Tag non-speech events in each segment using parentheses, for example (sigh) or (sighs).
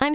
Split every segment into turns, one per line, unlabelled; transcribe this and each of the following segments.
I'm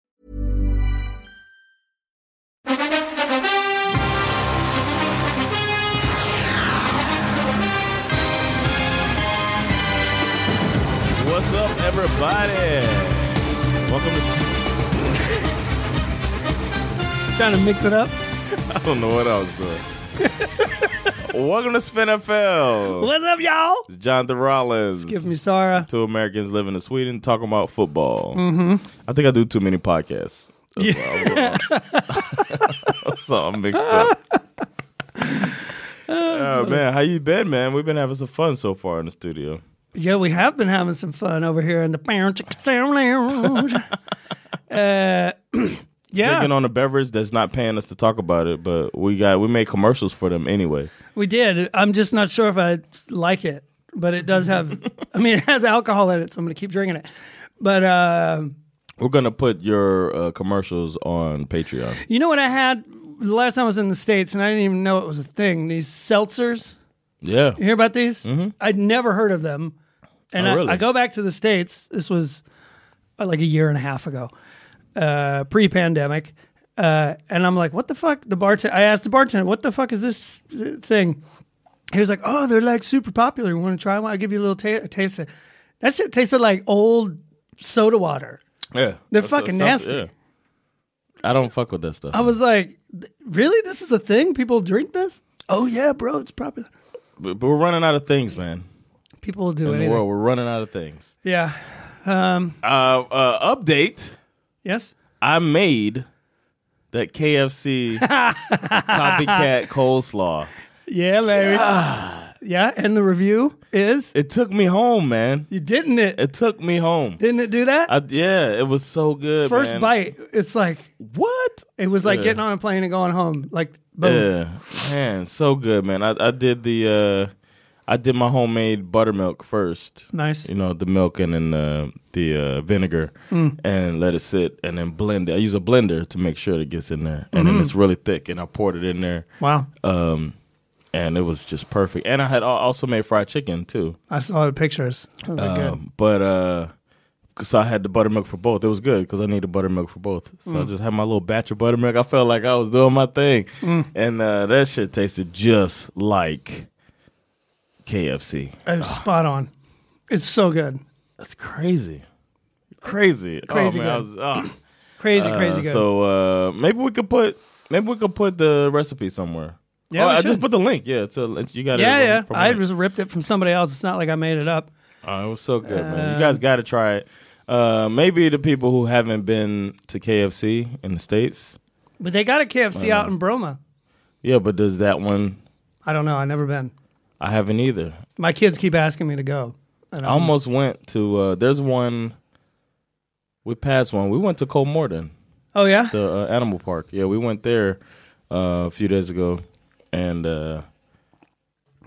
What's up, everybody? Welcome to.
Trying to mix it up.
(laughs) I don't know what I was doing. (laughs) Welcome to SpinFL.
What's up, y'all?
It's Jonathan Rollins.
Give me Sarah.
Two Americans living in Sweden talking about football. Mm-hmm. I think I do too many (laughs) podcasts. That's why I'm- (laughs) so I'm mixed (laughs) up. oh man, how you been, man? We've been having some fun so far in the studio.
Yeah, we have been having some fun over here in the Pound Chicken Sound (laughs) (clears throat) Lounge. Uh, yeah,
Drinking on a beverage that's not paying us to talk about it, but we got we made commercials for them anyway.
we did. I'm just not sure if I like it, but it does have, I mean, it has alcohol in it, so I'm going to keep drinking it. But uh,
We're gonna put your uh, commercials on Patreon.
you know what I had the last time I was in the States, and I didn't even know it was a thing? These seltzers.
Yeah,
You hear about these? I'd never heard of them.
Mm-hmm.
And
Oh,
I,
really?
I go back to the States. This was uh, like a year and a half ago, uh, pre pandemic. Uh, and I'm like, what the fuck? The bartender, I asked the bartender, what the fuck is this uh, thing? He was like, oh, they're like super popular. You want to try one? I'll give you a little ta- a taste. Of that shit tasted like old soda water.
yeah.
They're fucking nasty.
I don't fuck with that stuff.
I was like, "Th- really? This is a thing? People drink this? Oh, yeah, bro. It's popular.
but, but we're running out of things, man.
People will do
In
anything.
the world, we're running out of things.
Yeah.
Uh, uh, update:
Yes?
I made that
(laughs)
KFC copycat coleslaw.
Yeah, baby. yeah, and the review is
It took me home, man.
you didn't it?
It took me home.
Didn't it do that?
I, yeah, it was so good.
First
man.
bite, it's like
What?
it was like
Yeah.
getting on a plane and going home. Like boom.
Yeah, man, so good, man. I, I did the, uh, I did my homemade buttermilk first.
Nice.
You know the milk and then the the uh, vinegar and let it sit and then blend it. I use a blender to make sure it gets in there and then it's really thick. And I poured it in there
Wow.
Uh, and it was just perfect. And I had al- also made fried chicken too.
I saw the pictures. That was good.
Um, but uh, so I had the buttermilk for both. It was good because I needed buttermilk for both. So
Mm.
I just had my little batch of buttermilk. I felt like I was doing my thing,
Mm.
and uh, that shit tasted just like KFC.
It was spot on. It's so good.
That's crazy, crazy,
Crazy
Oh, man, I
good.
was, ah.
Crazy, (clears throat) crazy
Uh,
good.
So uh, maybe we could put maybe we could put the recipe somewhere.
Yeah,
Oh,
we
I just
should.
put the link. Yeah, it's a, it's, you got
yeah,
it.
yeah.
from a
I
link.
just ripped it from somebody else. It's not like I made it up.
Oh, it was so good, man. You guys got to try it. Uh, maybe the people who haven't been to KFC in the states.
But they got a KFC out in Broma.
Yeah, but does that one?
I don't know. I never been.
I haven't either.
My kids keep asking me to go.
I almost went to. Uh, there's one. We passed one. We went to Colmorton,
Oh yeah.
the uh, animal park. Yeah, we went there uh, a few days ago, and uh,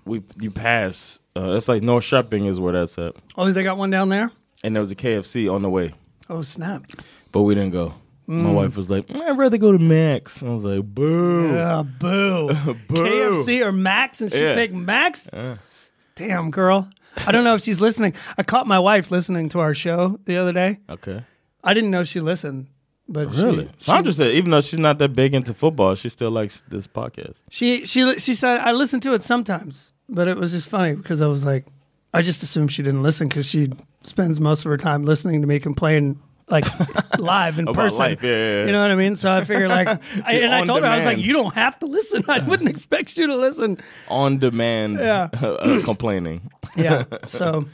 we you pass. Uh, that's like North Shopping is where that's at,
Oh, they got one down there.
and there was a KFC on the way.
Oh snap.
but we didn't go. My wife was like, "Mm, "I'd rather go to Max." I was like, "Boo!"
Uh,
(laughs)
boo. KFC or Max, and she
Yeah.
picked Max. Damn, girl. I don't know if she's listening. I caught my wife listening to our show the other day.
Okay,
I didn't know she listened, but she-
really? Sandra said, even though she's not that big into football, she still likes this podcast.
she she she, said I listen to it sometimes, but it was just funny because I was like, I just assumed she didn't listen because she spends most of her time listening to me complain.
(laughs)
Like live in
About
person,
life, yeah, yeah, yeah.
you know what I mean. So I figured, like, I,
(laughs) She
and I
on
told her, I was like,
demand.
you don't have to listen. I wouldn't expect you to listen.
On demand,
Yeah.
(laughs)
(clears throat)
uh, complaining. (laughs)
Yeah. So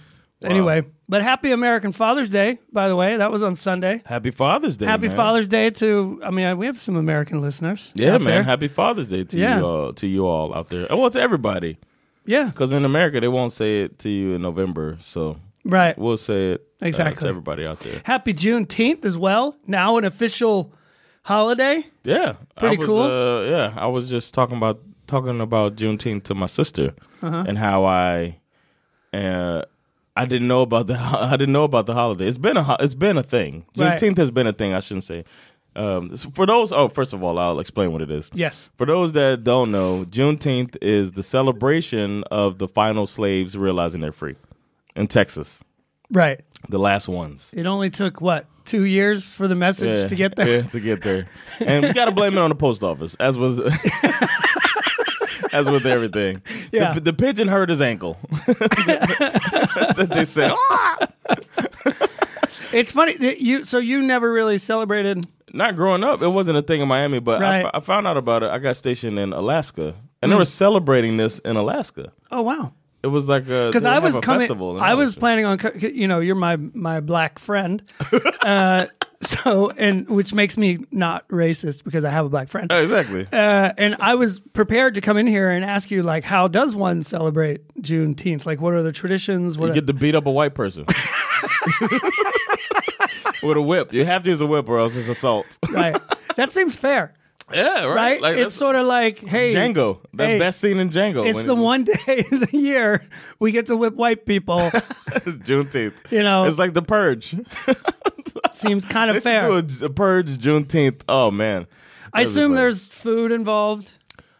anyway, but happy American Father's Day, by the way. That was on Sunday.
Happy Father's Day!
Happy
man.
Father's Day to I mean, we have some American listeners.
Yeah,
out
man.
there.
Happy Father's Day to
Yeah.
you all, to you all out there. Oh, well, to everybody,
yeah.
because in America they won't say it to you in November. So
Right.
We'll say it uh,
Exactly.
to everybody out there.
Happy Juneteenth as well. Now an official holiday.
Yeah,
Pretty
I was,
cool.
Uh, yeah, I was just talking about talking about Juneteenth to my sister
Uh-huh.
and how I, uh, I didn't know about the (laughs) I didn't know about the holiday. It's been a ho- it's been a thing.
Right.
Juneteenth has been a thing. I shouldn't say. Um, so for those, oh, first of all, I'll explain what it is.
Yes.
For those that don't know, Juneteenth is the celebration of the final slaves realizing they're free in Texas,
Right.
the last ones.
It only took what two years for the message to get there.
Yeah, to get there. And we got to blame it on the post office, as was (laughs) as with everything.
Yeah.
The, the pigeon hurt his ankle. (laughs) they said, "Ah!"
It's funny that you. So you never really celebrated.
not growing up, it wasn't a thing in Miami, but I
Right.
fo-
Hmm.
I found out about it. I got stationed in Alaska, and they were celebrating this in Alaska.
Oh wow.
It was like a
because
they
I
have
was
a
coming.
Festival and
I was
everything.
planning on, co- you know, you're my my black
(laughs)
friend, uh, so and which makes me not racist because I have a black friend. Uh, (laughs)
exactly.
and I was prepared to come in here and ask you like, how does one celebrate Juneteenth? Like, what are the traditions? What
You get to beat up a white
(laughs)
person (laughs) with a whip. You have to use a whip, or else it's assault.
right? That
(laughs)
seems fair,
yeah, (laughs)
right?
that's-
it's sort of like, hey,
Django. The
hey,
best scene in Django.
It's
when
the one day (laughs) of the year we get to whip white people.
(laughs) It's Juneteenth.
You know.
it's like the purge. (laughs)
Seems kind of
They should do
fair.
a, a purge Juneteenth. Oh man. That'd
I
be
assume
funny.
there's food involved.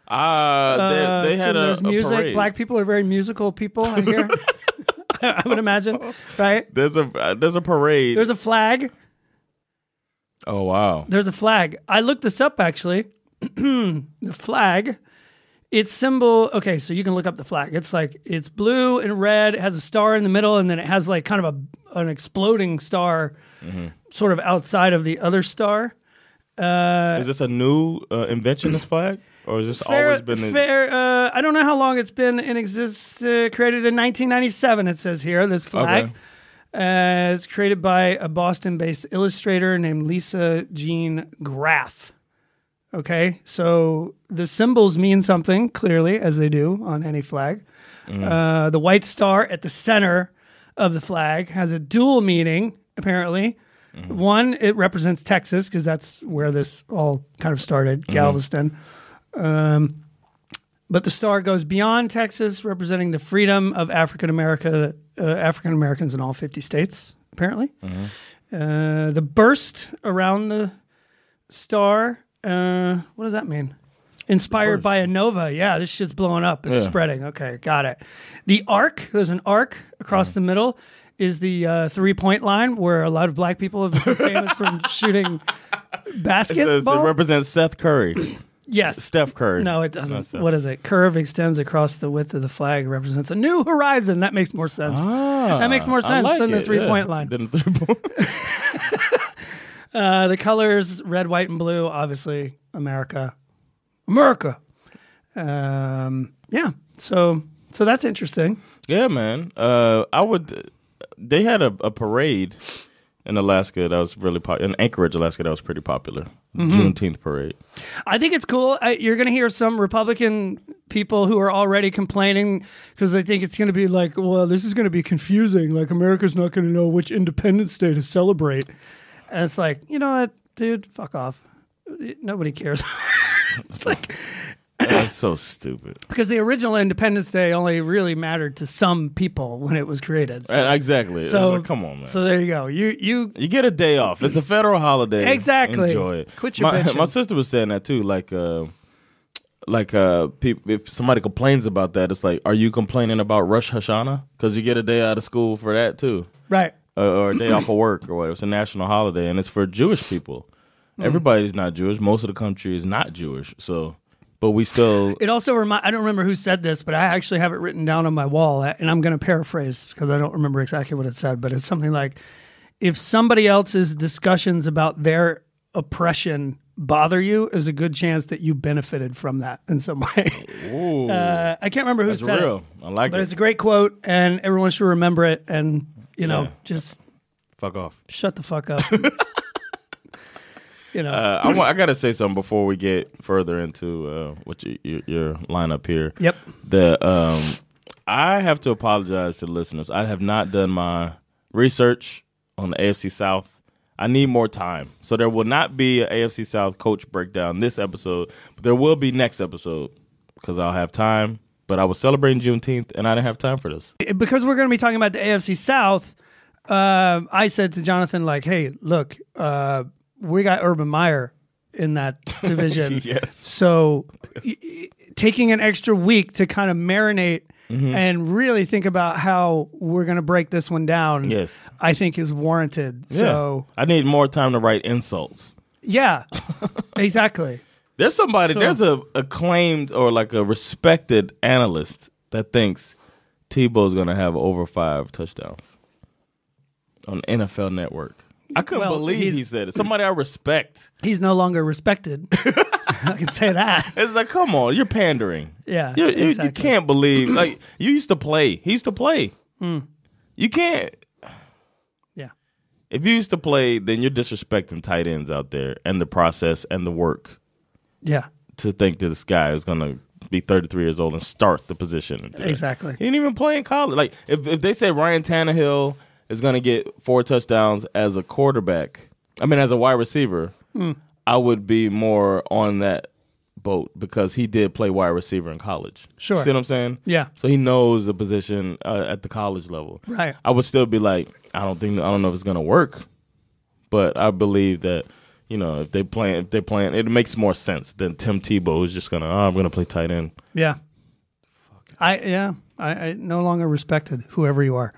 uh,
Uh,
they, they had
assume
a,
there's
a
music.
parade.
Black people are very musical people.
(laughs)
I hear. (laughs) I would imagine, right?
There's a uh, there's a parade.
There's a flag.
oh wow.
There's a flag. I looked this up actually. (clears throat) the flag. Its symbol. Okay, so you can look up the flag. It's like it's blue and red. It has a star in the middle, and then it has like kind of a an exploding star,
Mm-hmm.
sort of outside of the other star.
is this a new uh, invention? This flag, or has this
Fair,
always been? a-
fair. Uh, I don't know how long it's been in existence. Uh, created in 1997, it says here. This flag.
Okay.
Uh, it's created by a Boston based illustrator named Lisa Jean Graff. Okay, so the symbols mean something clearly, as they do on any flag.
Mm.
Uh, the white star at the center of the flag has a dual meaning, apparently.
Mm-hmm.
One, it represents Texas, because that's where this all kind of started,
Mm-hmm.
Galveston. Um, but the star goes beyond Texas, representing the freedom of African America, uh, African Americans in all fifty states. Apparently,
Mm-hmm.
uh, the burst around the star. Uh, what does that mean? Inspired by a nova. Yeah, this shit's blowing up. It's
Yeah.
spreading. Okay, got it. The arc. There's an arc across
Mm.
the middle. Is the uh, three point line where a lot of black people have
(laughs)
become famous from shooting
It says it
basketball?
represents Seth
(clears throat)
Curry,
yes,
Steph Curry.
no, it doesn't. what is it? Curve extends across the width of the flag, represents a new horizon. That makes more sense. that makes more
Ah, I
sense
like
than
it,
the three point
yeah.
line.
Than the three point.
Uh, the colors red, white, and blue, obviously, America. America. Um, yeah. So so that's interesting.
Yeah, man. Uh, I would. They had a, a parade in Alaska that was really popular. In Anchorage, Alaska, that was pretty popular.
Mm-hmm.
Juneteenth parade. (clears throat)
I think it's cool. I, you're going to hear some Republican people who are already complaining because they think it's going to be like, well, this is going to be confusing. Like, America's not going to know which Independence Day to celebrate. And it's like, you know what, dude, fuck off. Nobody cares. (laughs) it's like,
That's so stupid.
because the original Independence Day only really mattered to some people when it was created. So,
Right, exactly. It's
so-
like, come on, man.
So there you go. You, you,
you get a day off. It's a federal holiday.
Exactly.
Enjoy it.
Quit your
my, (laughs)
bitching.
my sister was saying that too. Like, uh, like uh, peop if somebody complains about that, it's like, are you complaining about Rush Hashanah? Because you get a day out of school for that too.
right.
uh, or a day off of work or whatever. It's a national holiday, and it's for Jewish people.
Hmm.
Everybody's not Jewish. Most of the country is not Jewish. So, but we still.
It also remind I don't remember who said this, but I actually have it written down on my wall, uh, and I'm going to paraphrase because I don't remember exactly what it said, but it's something like, "If somebody else's discussions about their oppression bother you, is a good chance that you benefited from that in some (laughs) way."
Ooh,
Uh, I can't remember who
it's
said
real.
it,
I like
but
it.
it's a great quote, and everyone should remember it, and you know,
Yeah.
just
Fuck off.
shut the
(laughs)
fuck up. you know,
Uh, I, wa- I gotta say something before we get further into uh, what you, your, your lineup here.
Yep.
The um, I- I have to apologize to the listeners. I have not done my research on the AFC South. I need more time. So there will not be an AFC South coach breakdown this episode, but there will be next episode because I'll have time. But I was celebrating Juneteenth and I didn't have time for this.
because we're going to be talking about the AFC South, um, I said to Jonathan, like, hey, look, uh, we got Urban Meyer
(laughs)
in that division.
Yes.
So y- y- taking an extra week to kind of marinate
Mm-hmm.
and really think about how we're going to break this one down,
Yes.
I think is warranted. So,
I need more time to write insults.
yeah, exactly.
There's somebody, there's a acclaimed or like a respected analyst that thinks Tebow's going to have over five touchdowns on NFL Network. I couldn't
Well,
believe
he's-
he said it. Somebody I respect.
He's no longer respected. (laughs) I can say that.
It's like, come on, you're pandering.
Yeah,
you you, you
exactly.
can't believe. Like you used to play. He used to play.
Hmm.
You can't.
Yeah.
If you used to play, then you're disrespecting tight ends out there and the process and the work.
Yeah.
to think that this guy is going to be 33 years old and start the position.
Exactly.
He didn't even play in college. Like, if, if they say Ryan Tannehill is going to get four touchdowns as a quarterback, I mean, as a wide receiver,
Hmm.
I would be more on that boat because he did play wide receiver in college.
Sure.
See what I'm saying?
Yeah.
So he knows the position uh, at the college level.
Right.
I would still be like, I don't think, I don't know if it's going to work but I believe that you know if they play if they're playing, it makes more sense than Tim Tebow is just gonna oh, I'm gonna play tight end.
Yeah. I yeah. I, I no longer respected whoever you are.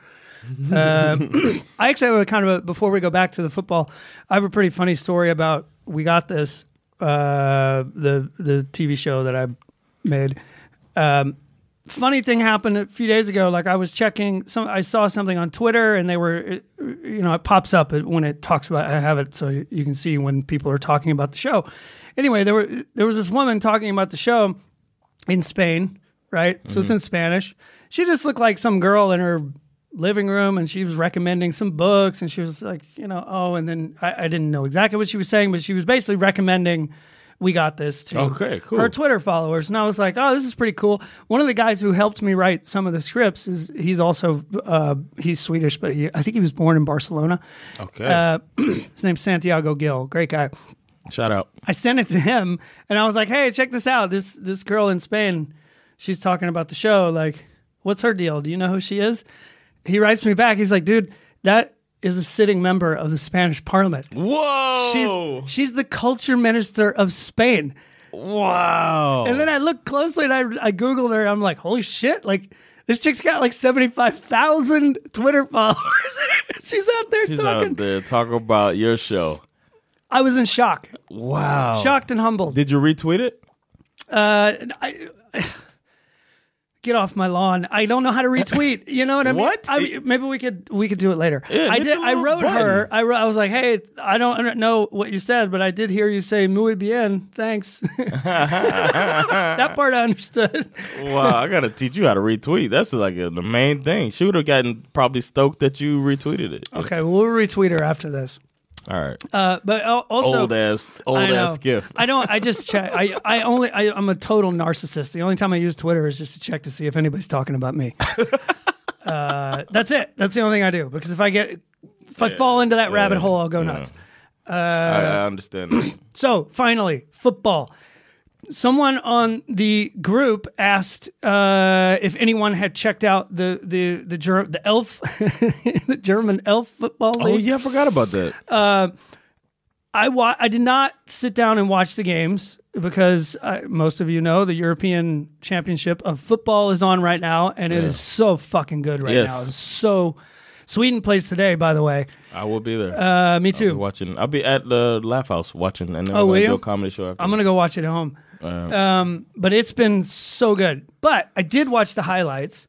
Uh, (clears throat) I actually have a kind of a, before we go back to the football, I have a pretty funny story about we got this uh, the the TV show that I made. Um, funny thing happened a few days ago. Like I was checking some, I saw something on Twitter, and they were, it- you know, it pops up when it talks about. I have it so you can see when people are talking about the show. Anyway, there were there was this woman talking about the show in Spain, right? So it's
Mm-hmm.
in Spanish. She just looked like some girl in her living room and she was recommending some books and she was like, you know, oh, and then I, I didn't know exactly what she was saying, but she was basically recommending we got this to
Okay, cool.
her Twitter followers. And I was like, oh, this is pretty cool. One of the guys who helped me write some of the scripts is he's also uh, he's Swedish, but he, I think he was born in Barcelona.
Okay,
Uh, (clears throat) his name's Santiago Gill, great guy.
shout out.
I sent it to him, and I was like, "Hey, check this out. This this girl in Spain, she's talking about the show. Like, what's her deal? Do you know who she is?" He writes me back. He's like, "Dude, that is a sitting member of the Spanish Parliament.
Whoa!
She's she's the culture minister of Spain."
wow!
And then I looked closely and I, I Googled her. I'm like, holy shit. Like, this chick's got like 75,000 Twitter (laughs) followers. She's out there
she's
talking.
out there talking about your show.
I was in shock,
Wow!
shocked and humbled.
Did you retweet it?
Uh, I, get off my lawn. I don't know how to retweet. You know what I mean?
What?
I, maybe we could we could do it later.
Yeah,
I
hit
did.
the
I
little
wrote
button.
her. I wrote, I was like, hey, I don't, I don't know what you said, but I did hear you say muy bien.
(laughs)
Thanks. that part I understood.
Wow! I gotta teach you how to retweet. That's like a, the main thing. She would have gotten probably stoked that you retweeted it.
Okay, we'll retweet her after this.
All right.
Uh, but al- also
old ass, old
I know.
ass gift.
I don't. I just check. I I only. I, I'm a total narcissist. The only time I use Twitter is just to check to see if anybody's talking
(laughs)
about me. uh, that's it. That's the only thing I do because if I get if I fall into that rabbit hole, I'll go nuts.
I, I understand. that.
So finally, football. Someone on the group asked uh, if anyone had checked out the the the, Ger- the Elf, (laughs) the German Elf football league.
oh yeah, I forgot about that.
uh, I wa- I did not sit down and watch the games because I, most of you know the European Championship of football is on right now, and it is so fucking good right
Yes.
now. It's so Sweden plays today, by the way.
I will be there.
Uh, me
Be
too.
watching. I'll be at the Laugh House watching, and then
Oh, will
we're gonna
you?
do a comedy show. After
I'm gonna go watch it at home. Um, but it's been so good. But I did watch the highlights,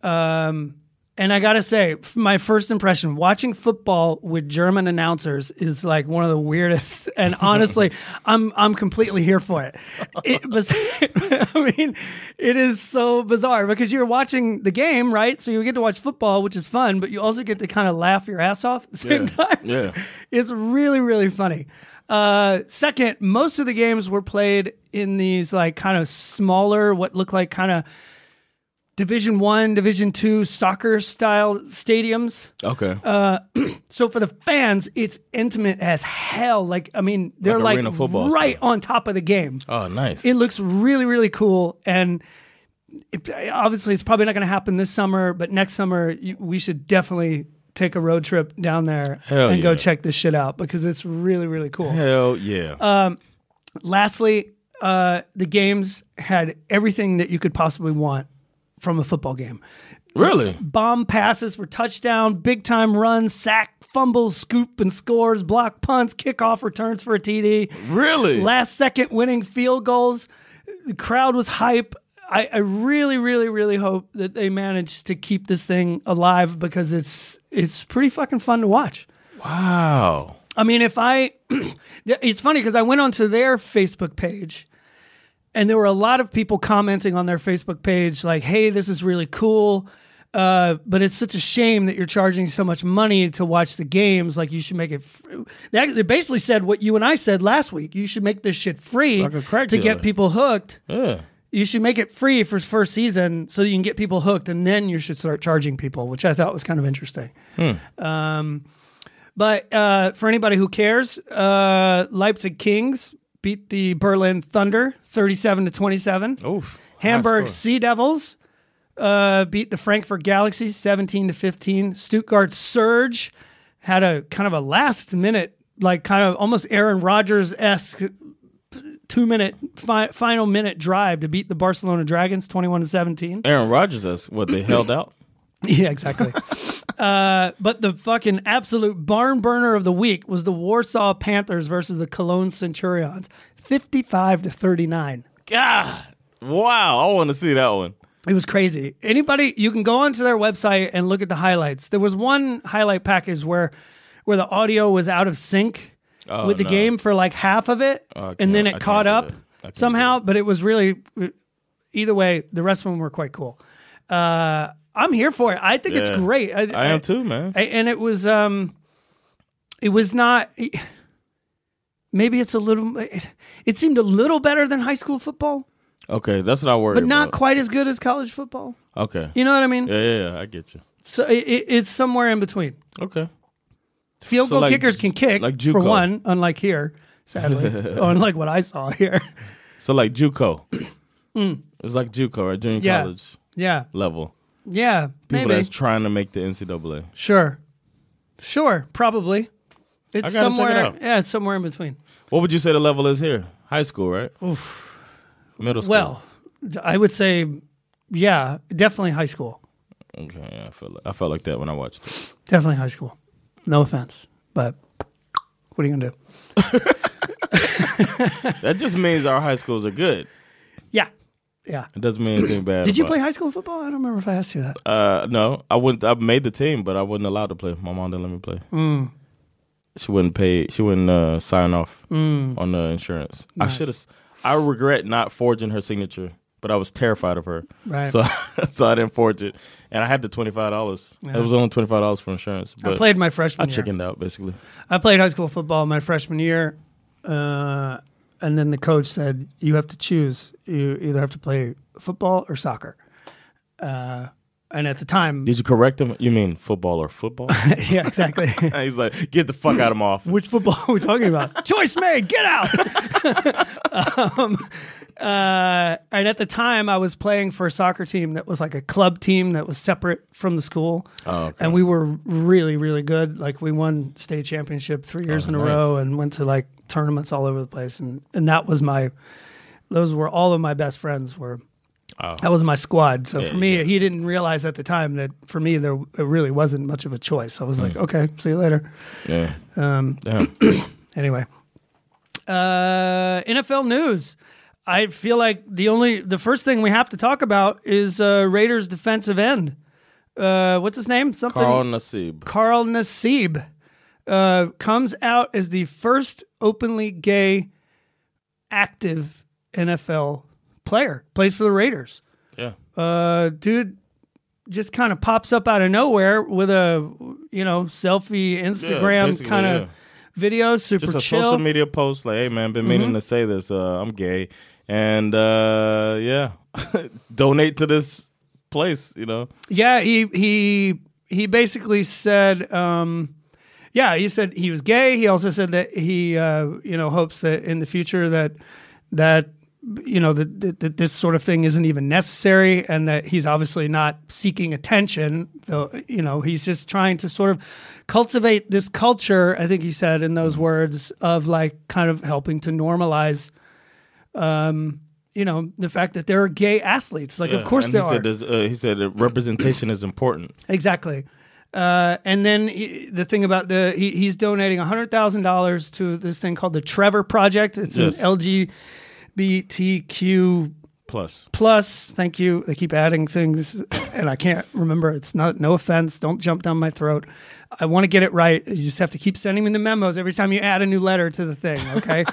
um, and I gotta say, f- my first impression watching football with German announcers is like one of the weirdest. (laughs) And honestly, I'm I'm completely here for it. it was, (laughs) I mean, it is so bizarre because you're watching the game, right? So you get to watch football, which is fun, but you also get to kind of laugh your ass off at the same time.
Yeah.
It's really, really funny. Uh, second, most of the games were played in these like kind of smaller, what look like kind of Division One, Division Two soccer style stadiums.
Okay.
Uh, So for the fans, it's intimate as hell. Like I mean, they're
Like
like,
arena football
right
style.
on top of the game.
oh, nice.
It looks really, really cool. And it, obviously, it's probably not going to happen this summer, but next summer, you, we should definitely take a road trip down there
Hell
and
yeah.
go check this shit out because it's really, really cool.
Hell yeah.
Uh, Lastly, uh, the games had everything that you could possibly want from a football game
really?
bomb passes for touchdown, big time runs, sack, fumbles, scoop and scores, block punts, kickoff returns for a TD.
Really?
last second winning field goals. The crowd was hype. I, I really, really, really hope that they manage to keep this thing alive because it's it's pretty fucking fun to watch.
wow.
I mean, if I, (clears throat) it's funny because I went onto their Facebook page, and there were a lot of people commenting on their Facebook page like, "Hey, this is really cool." Uh, but it's such a shame that you're charging so much money to watch the games. Like you should make it. Fr- they, act- they basically said what you and I said last week. You should make this shit free
Like a crack
to
dealer.
get people hooked.
Yeah.
You should make it free for first season so that you can get people hooked, and then you should start charging people, which I thought was kind of interesting. Um, but uh, for anybody who cares, uh, Leipzig Kings beat the Berlin Thunder 37 to 27.
Oof.
Hamburg Sea Devils uh, beat the Frankfurt Galaxy 17 to 15. Stuttgart Surge had a kind of a last minute, like kind of almost Aaron Rodgers esque two minute fi- final minute drive to beat the Barcelona Dragons 21 to 17.
Aaron Rodgers us what they held
(clears throat)
out.
(laughs) Yeah, exactly. uh, but the fucking absolute barn burner of the week was the Warsaw Panthers versus the Cologne Centurions, 55 to 39.
God. Wow. I want to see that one.
It was crazy. Anybody, you can go onto their website and look at the highlights. There was one highlight package where, where the audio was out of sync with the
Oh, no. Oh,
game for like half of it,
I
and then
can't-
it
I can't
caught
do
up
that. I can't do
somehow. But it was really, either way, the rest of them were quite cool. Uh, I'm here for it. I think it's
Yeah.
great.
I am too, man.
I- and it was um it was not maybe it's a little it, it seemed a little better than high school football
Okay, that's not worried
but not
about.
quite as good as college football
Okay.
you know what i mean
Yeah, yeah, yeah, I get you.
so it, it, it's somewhere in between
Okay.
field
So
goal
like-
kickers can kick
like
for
JUCO.
one unlike here sadly
(laughs)
unlike what i saw here (laughs)
So like JUCO. It was like JUCO, right? Junior
Mm. Yeah.
college
yeah
level.
yeah
People
maybe
that's trying to make the NCAA.
sure sure probably
I
it's
gotta check it
somewhere
out.
yeah it's somewhere in between
What would you say the level is here? High school, right? Oof. Middle school.
well d- i would say yeah definitely high school
Okay, yeah, I felt like, I felt like that when I watched it.
Definitely high school. No offense, but what are you gonna do?
That just means our high schools are good.
Yeah, yeah.
It doesn't mean anything bad.
Did you
about
play high school football? I don't remember if I asked you
(laughs)
that.
Uh, no, I wouldn't. I made the team, but I wasn't allowed to play. My mom didn't let me play.
Mm.
She wouldn't pay. She wouldn't uh, sign off
Mm.
on the insurance. I should have. I regret not forging her signature, but I was terrified of her.
Right.
So, (laughs) so I didn't forge it, and I had the twenty five dollars. It was only twenty five dollars for insurance. But
I played my
I
freshman year.
chickened out basically.
I played high school football my freshman year, uh, and then the coach said you have to choose. You either have to play football or soccer. Uh, and at the time,
Did you correct him? You mean football or
(laughs)
football? (laughs)
yeah, exactly.
And he's like, get the fuck out of my office.
Which football are we talking about? (laughs) Choice made. Get out. (laughs) um, uh, and at the time, I was playing for a soccer team that was like a club team that was separate from the school. Oh, And we were really, really good. Like we won state championship three years in a row and went to like tournaments all over the place. And and that was my. Those were all of my best friends were. That was my squad. So for me, he didn't realize at the time that for me there it really wasn't much of a choice. I was like, okay, see you later
yeah. Damn.
anyway uh nfl news i feel like the only the first thing we have to talk about is uh raiders defensive end uh what's his name something
Carl Nasib.
Carl Nassib uh, comes out as the first openly gay active NFL player. Plays for the Raiders.
Yeah.
Uh, dude just kind of pops up out of nowhere with a you know selfie Instagram
basically,
kind of
yeah.
video. Super
just a
chill.
social media post like hey man been
Mm-hmm.
meaning to say this uh, i'm gay and uh, yeah (laughs) donate to this place, you know.
Yeah, he he he basically said, um, yeah, he said he was gay. He also said that he, uh, you know, hopes that in the future that that you know that, that, that this sort of thing isn't even necessary, and that he's obviously not seeking attention. Though you know, he's just trying to sort of cultivate this culture. I think he said in those words of like kind of helping to normalize. Um, you know the fact that there are gay athletes. Like, of course
And
there
he
are.
Said there's, uh, he said that representation is important.
Exactly. Uh, and then he, the thing about the he, he's donating hundred thousand dollars to this thing called the Trevor Project. It's
Yes.
an LGBTQ
Plus,
plus. Thank you. They keep adding things, and I can't remember. It's not no offense. Don't jump down my throat. I want to get it right. You just have to keep sending me the memos every time you add a new letter to the thing. Okay.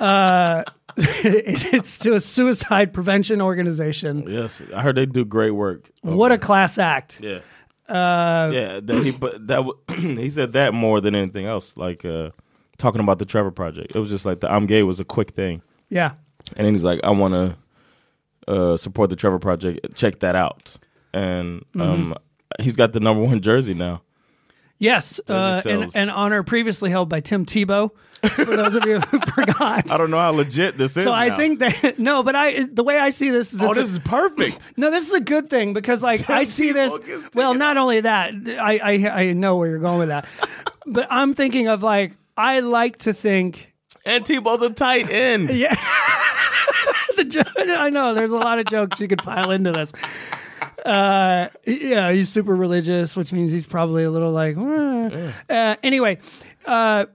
uh, (laughs) it's to a suicide prevention organization.
yes, I heard they do great work.
What a class act.
Yeah.
Uh,
yeah, that he but that w- (clears throat) he said that more than anything else. Like uh, talking about the Trevor Project, it was just like the I'm gay was a quick thing,
Yeah.
and then he's like, I want to uh, support the Trevor Project. Check that out, and
Mm-hmm.
um, he's got the number one jersey now.
Yes,
are
uh, an,
cells.
an honor previously held by Tim Tebow. For those
(laughs)
of you who forgot,
I don't know how legit this is.
so I
now.
think that (laughs) no, but I the way I see this is
oh,
it's a-
this is
(laughs)
perfect.
no, this is a good thing because like I see this.
Tebow gets
Well, not only that, I, I I know where you're going
(laughs)
with that, but I'm thinking of like I like to think.
And Tebow's a tight end.
Yeah, (laughs) the jo- I know there's a lot of jokes you could pile into this. Uh, yeah, he's super religious, which means he's probably a little like. "Eh." Uh, anyway, uh,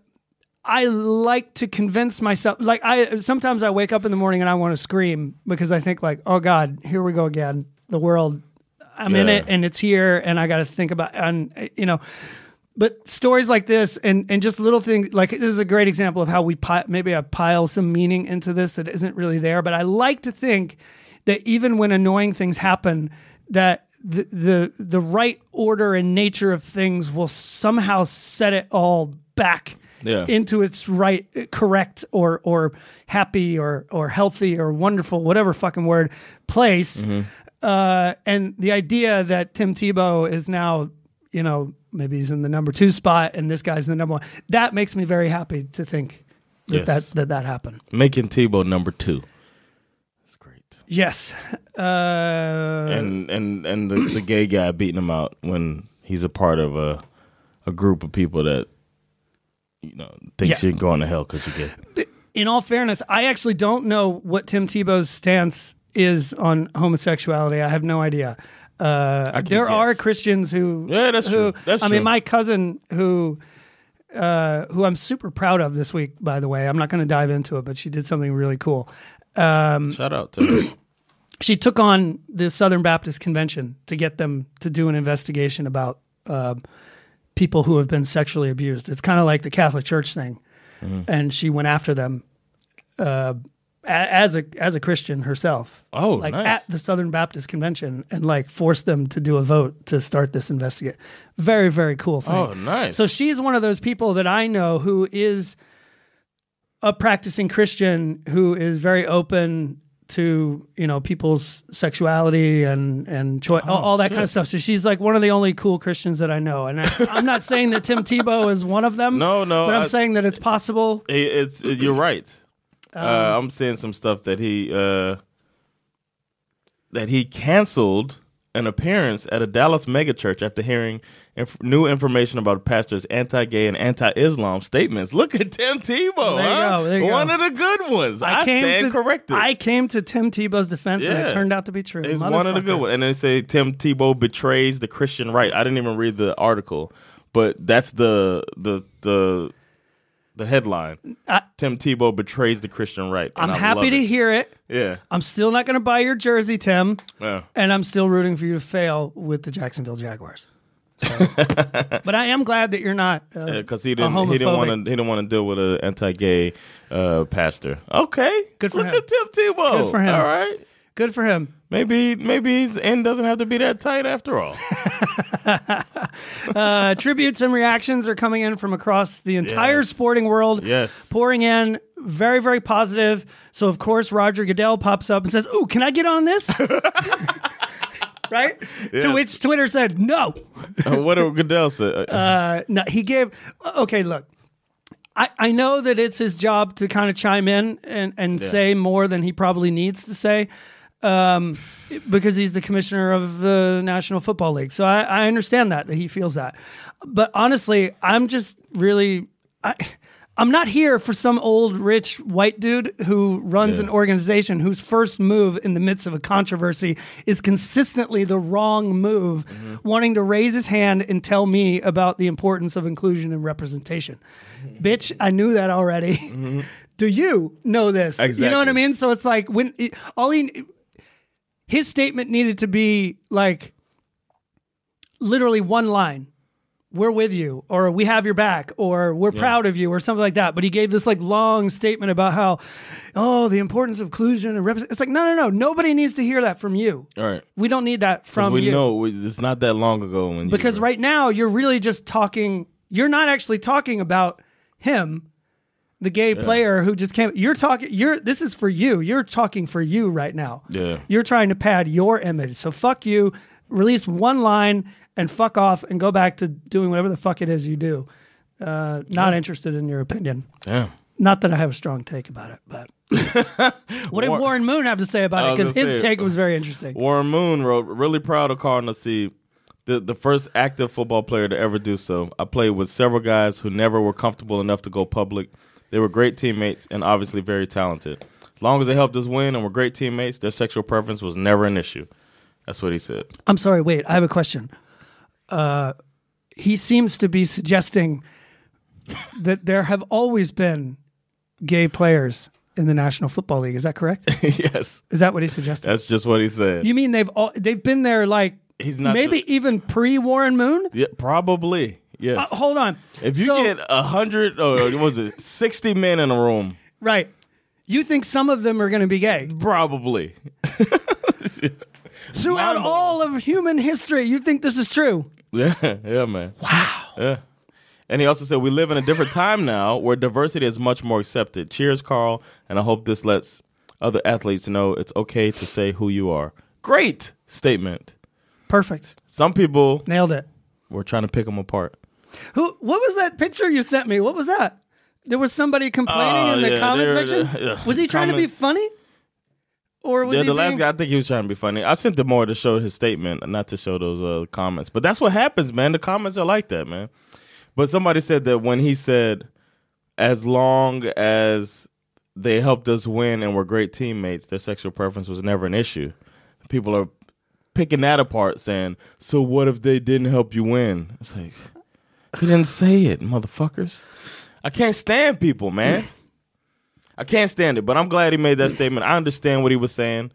I like to convince myself. Like I sometimes I wake up in the morning and I want to scream because I think like, oh God, here we go again. The world, I'm in
Yeah.
it and it's here, and I got to think about and uh, you know. But stories like this and and just little things like this is a great example of how we pi- maybe I pile some meaning into this that isn't really there. But I like to think that even when annoying things happen, that the the the right order and nature of things will somehow set it all back
Yeah.
into its right correct or or happy or or healthy or wonderful whatever fucking word place uh and the idea that Tim Tebow is now you know maybe he's in the number 2 spot and this guy's in the number 1 that makes me very happy to think that
Yes.
that, that that happened
Making Tebow number two. That's great.
yes uh
and and and the, the gay guy beating him out when he's a part of a a group of people that you know thinks
Yeah.
you're going to hell because you're gay.
in all fairness, I actually don't know what Tim Tebow's stance is on homosexuality. I have no idea. Uh, there are
guess.
Christians who,
Yeah, that's
who-
true. That's
I
true.
mean, my cousin who, uh, who I'm super proud of this week. By the way, I'm not going to dive into it, but she did something really cool.
Shout out to him.
She took on the Southern Baptist Convention to get them to do an investigation about uh, people who have been sexually abused. It's kind of like the Catholic Church thing,
Mm-hmm.
and she went after them uh, a- as a as a Christian herself.
(clears throat) Oh,
like
nice.
at the Southern Baptist Convention, and like forced them to do a vote to start this investigate. Very very cool thing.
Oh, nice.
So she's one of those people that I know who is a practicing Christian who is very open to you know people's sexuality and and choi-
Oh,
all, all that kind of stuff. So she's like one of the only cool Christians that I know, and I, I'm not saying that Tim Tebow is one of them.
No, no,
but I'm
I-
saying that it's possible.
It- it's it- you're right.
Um,
uh, I'm seeing some stuff that he uh, that he canceled an appearance at a Dallas megachurch after hearing inf- new information about a pastor's anti-gay and anti-Islam statements. Look at Tim Tebow,
There you
huh?
go, there you go.
one of the good ones. I, stand
to
corrected.
I came to Tim Tebow's defense, and it
Yeah.
turned out to be true.
It's one of the good
Motherfucker.
ones. And they say Tim Tebow betrays the Christian right. I didn't even read the article, but that's the the the the headline. Tim Tebow betrays the Christian right. and
I'm
I
happy
love
to
it.
hear it.
Yeah.
I'm still not going to buy your jersey, Tim,
Yeah.
and I'm still rooting for you to fail with the Jacksonville Jaguars. So, but I am glad that you're not uh,
Because he
a
didn't, he didn't
homophobic.
want to, he didn't want to deal with an anti-gay uh, pastor. Okay,
Good for
Look
him.
at Tim Tebow.
Good for him.
All right,
Good for him.
maybe maybe his end doesn't have to be that tight after
(laughs)
all.
Uh, tributes and reactions are coming in from across the entire sporting world.
Yes.
Pouring in, very, very positive. So, of course, Roger Goodell pops up and says, Oh, can I get on this? right? To which Twitter said no.
Uh, what did Goodell say? Uh,
Uh, no, he gave. Okay, look, I, I know that it's his job to kind of chime in and and say more than he probably needs to say, um, because he's the commissioner of the National Football League. So I, I understand that that he feels that, but honestly, I'm just really I. I'm not here for some old rich white dude who runs an organization whose first move in the midst of a controversy is consistently the wrong move, wanting to raise his hand and tell me about the importance of inclusion and representation. Bitch, I knew that already. (laughs) Do you know this? You know what I
Exactly.
mean? So it's like when it, all he his statement needed to be like literally one line we're with you or we have your back or we're proud of you or something like that but he gave this like long statement about how oh the importance of inclusion and represent it's like no no no nobody needs to hear that from you
All right.
we don't need that
'Cause
from
we
you
know we, it's not that long ago when
because
you
right now you're really just talking you're not actually talking about him the gay player who just came you're talking you're this is for you you're talking for you right now
Yeah.
you're trying to pad your image so fuck you release one line and fuck off and go back to doing whatever the fuck it is you do uh, not interested in your opinion
Damn.
not that i have a strong take about it
(laughs)
but what did
War-
warren moon have to say
I
about it
was
because
gonna
his
say-
take was very interesting
Warren Moon wrote, really proud of Cardinal C, the, the first active football player to ever do so. I played with several guys who never were comfortable enough to go public. They were great teammates and obviously very talented. As long as they helped us win and were great teammates, their sexual preference was never an issue. That's what he
(laughs)
said.
I'm sorry. Wait, I have a question. Uh, he seems to be suggesting that there have always been gay players in the National Football League. Is
(laughs)
that correct?
yes.
Is that what he suggested?
That's just what he said.
you mean they've all, they've been there like
He's not
maybe even pre Warren Moon?
yeah, probably. Yes.
Uh, hold on.
if you
So-
get a hundred or what was it, sixty men in a room,
right, you think some of them are going to be gay
probably.
throughout
Mind-blowing.
all of human history? You think this is true?
Yeah, (laughs) yeah, man. Wow. Yeah. And he also said, We live in a different time now where diversity is much more accepted. Cheers, Carl. And I hope this lets other athletes know it's okay to say who you are. Great statement.
Perfect.
Some people
Nailed it.
were trying to pick him apart.
Who? What was that picture you sent me? What was that? There was somebody complaining
Oh,
in the
yeah,
comment
there-
section.
yeah,
was he trying to be
comments.
funny? Or was
Yeah,
he
the last
being-
guy, I think he was trying to be funny. I sent him more to show his statement, not to show those uh, comments. But that's what happens, man. The comments are like that, man. But somebody said that when he said, as long as they helped us win and were great teammates, their sexual preference was never an issue. People are picking that apart, saying, so what if they didn't help you win? It's like, he didn't say it, motherfuckers. I can't stand people, man. I can't stand it, but I'm glad he made that statement. I understand what he was saying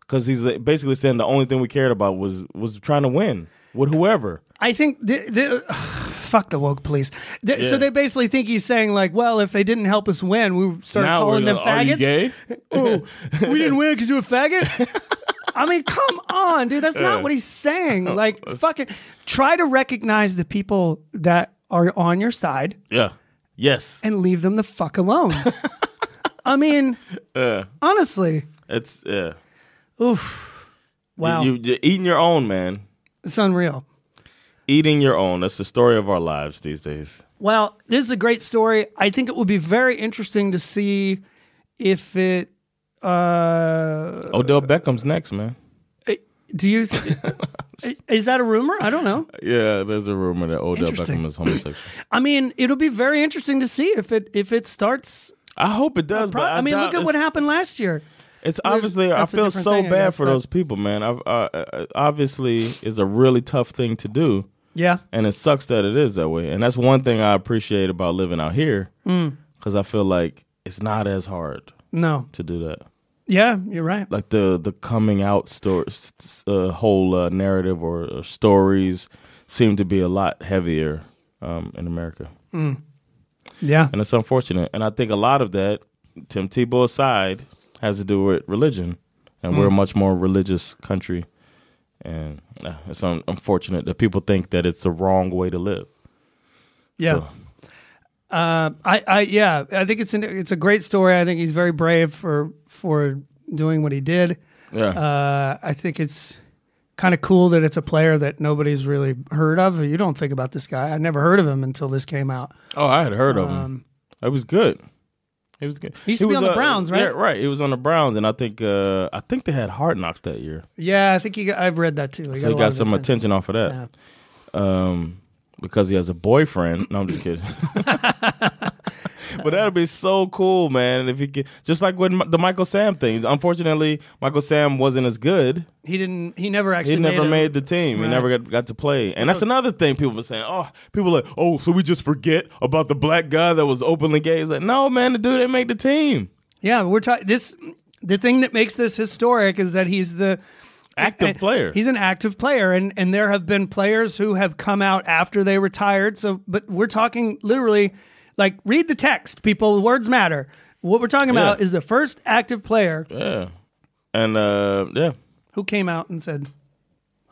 because he's like, basically saying the only thing we cared about was was trying to win with whoever.
I think the, the (sighs) fuck the woke police. They- So
Yeah.
they basically think he's saying like, well, if they didn't help us win, we started
now
calling
we're
them
like, are you
faggots. (laughs)
gay?
Oh, we didn't win because you a faggot. I mean, come on, dude. That's not what
(laughs)
he's saying. Like, fucking try to recognize the people that are on your side.
(laughs) yeah. Yes.
and leave them the
(laughs)
fuck alone. I mean, honestly,
It's yeah.
wow,
You, you're eating your own, man.
it's unreal.
Eating your own. That's the story of our lives these days.
Well, this is a great story. I think it will be very interesting to see if it. Uh,
Odell Beckham's next, man.
do you?
(laughs)
is that a rumor? I don't know.
Yeah, there's a rumor that Odell
Interesting.
Beckham is homosexual.
I mean, it'll be very interesting to see if it if it starts.
(clears throat) I hope it does.
Pro-
but
I, mean,
doubt
look at
it's-
what happened last year.
It's obviously I
that's a
feel
different
so
thing, I
bad
guess,
for
but-
those people, man. I've, uh, uh, obviously, is a really tough thing to do.
Yeah,
and it sucks that it is that way. And that's one thing I appreciate about living out here, because I feel like it's not as hard
no,
to do that.
yeah, you're right.
Like the the coming out story, s- s- uh, whole uh, narrative or, or stories seem to be a lot heavier um, in America,
Yeah,
and it's unfortunate. And I think a lot of that, Tim Tebow aside, has to do with religion, and we're a much more religious country. And uh, it's un- unfortunate that people think that it's the wrong way to live.
yeah.
So-
Uh, I, I, yeah, I think it's an, it's a great story. I think he's very brave for for doing what he did.
yeah.
Uh, I think it's kind of cool that it's a player that nobody's really heard of. You don't think about this guy. I never heard of him until this came out.
Oh, I had heard of
Um,
him. It was good. It was good.
He used to be
was,
on the
uh,
Browns, right?
Yeah, right. He was on the Browns, and I think uh, I think they had Hard Knocks that year,
Yeah, I think he got, I've read that too.
so he
a lot
got
of
some attention off of that. Um, because he has a boyfriend. No, I'm just
(laughs)
kidding. (laughs) but that'll be so cool, man. If he could, just like with the Michael Sam thing. Unfortunately, Michael Sam wasn't as good.
He didn't. He never actually.
He never
a-
made the team.
Right.
He never got, got to play. And that's another thing people were saying. Oh, people are like, oh, so we just forget about the black guy that was openly gay. It's like, no, man, the dude didn't make the team.
Yeah, we're talking this. The thing that makes this historic is that he's the
Active
and-
player.
He's an active player, and and there have been players who have come out after they retired. So, but we're talking literally, like read the text, people. Words matter. What we're talking about
Yeah.
is the first active player
yeah. And uh, yeah,
who came out and said,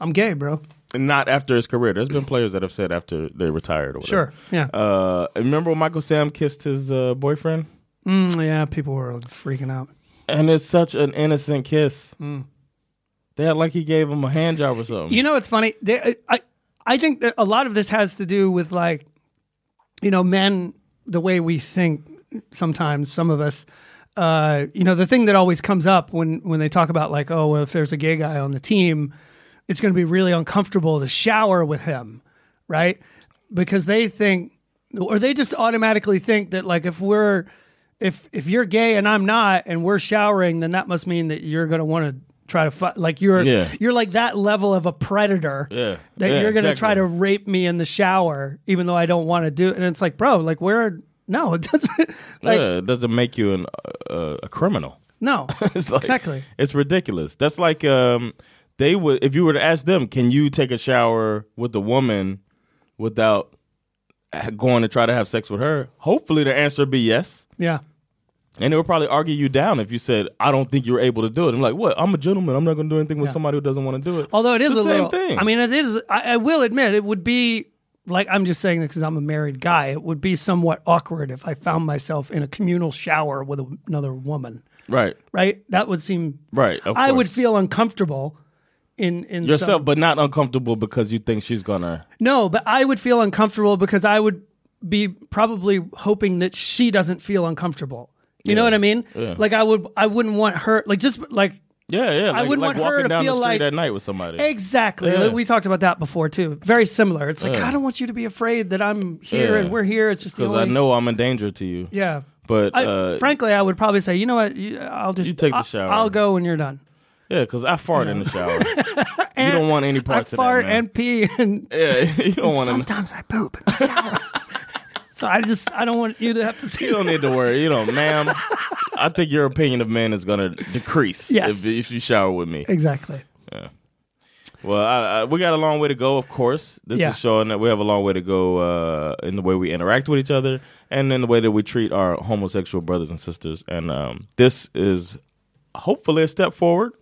"I'm gay, bro."
And not after his career. There's been players that have said after they retired or whatever.
Sure. Yeah.
Uh, remember when Michael Sam kissed his uh, boyfriend?
Mm, yeah. People were freaking out.
And it's such an innocent kiss. They had like he gave him a hand job or something.
Hmm. You know, it's funny. They, I I think that a lot of this has to do with like, you know, men the way we think. Sometimes some of us, uh, you know, the thing that always comes up when when they talk about like, oh, well, if there's a gay guy on the team, it's going to be really uncomfortable to shower with him, right? Because they think, or they just automatically think that like if we're if if you're gay and I'm not, and we're showering, then that must mean that you're going to want to try to fight. Like you're
Yeah.
you're like that level of a predator
Yeah.
that
Yeah,
you're gonna
exactly.
try to rape me in the shower even though i don't want to do it and it's like bro like we're no it doesn't (laughs) like
yeah, it doesn't make you an, uh, a criminal. (laughs)
no
It's like-
exactly
It's ridiculous. That's like um, they would if you were to ask them, can you take a shower with a woman without ha- going to try to have sex with her? Hopefully, the answer would be yes.
yeah
And they would probably argue you down if you said, "I don't think you're able to do it." I'm like, "What? I'm a gentleman. I'm not going to do anything with somebody who doesn't want to do it."
although it is
it's the
a little
same thing.
i mean it is I, I will admit it would be like i'm just saying this because i'm a married guy it would be somewhat awkward if i found myself in a communal shower with a- another woman
right,
right that would seem
right. Of
i
course.
would feel uncomfortable in in some-
yourself, but not uncomfortable because you think she's gonna.
No, but I would feel uncomfortable because I would be probably hoping that she doesn't feel uncomfortable. You know what I mean? Like I would I wouldn't want her like just like
Yeah, yeah. Like,
wouldn't
like
want her
walking
to
down
feel
the street
like-
at night with somebody.
exactly.
Yeah.
We talked about that before too. Very similar. It's like I don't want you to be afraid that I'm here
Yeah.
and we're here. It's just the
Because
only,
I know I'm a danger to you.
Yeah.
But
I,
uh,
frankly, I would probably say, you know what? You, I'll just
You take the
I-
shower.
I'll go when you're done.
Yeah, because I fart in the shower.
(laughs)
you don't want any
I
parts of
fart
that, man.
and pee, and
yeah, (laughs) you don't want to.
sometimes I poop. in the shower. (laughs) so I just I don't want you to have to see.
You don't need to worry. You know, ma'am. I think your opinion of men is gonna decrease
Yes.
if, if you shower with me.
Exactly.
Well, I, I, we got a long way to go, of course. This
Yeah.
is showing that we have a long way to go uh, in the way we interact with each other and in the way that we treat our homosexual brothers and sisters. And um, this is hopefully a step forward.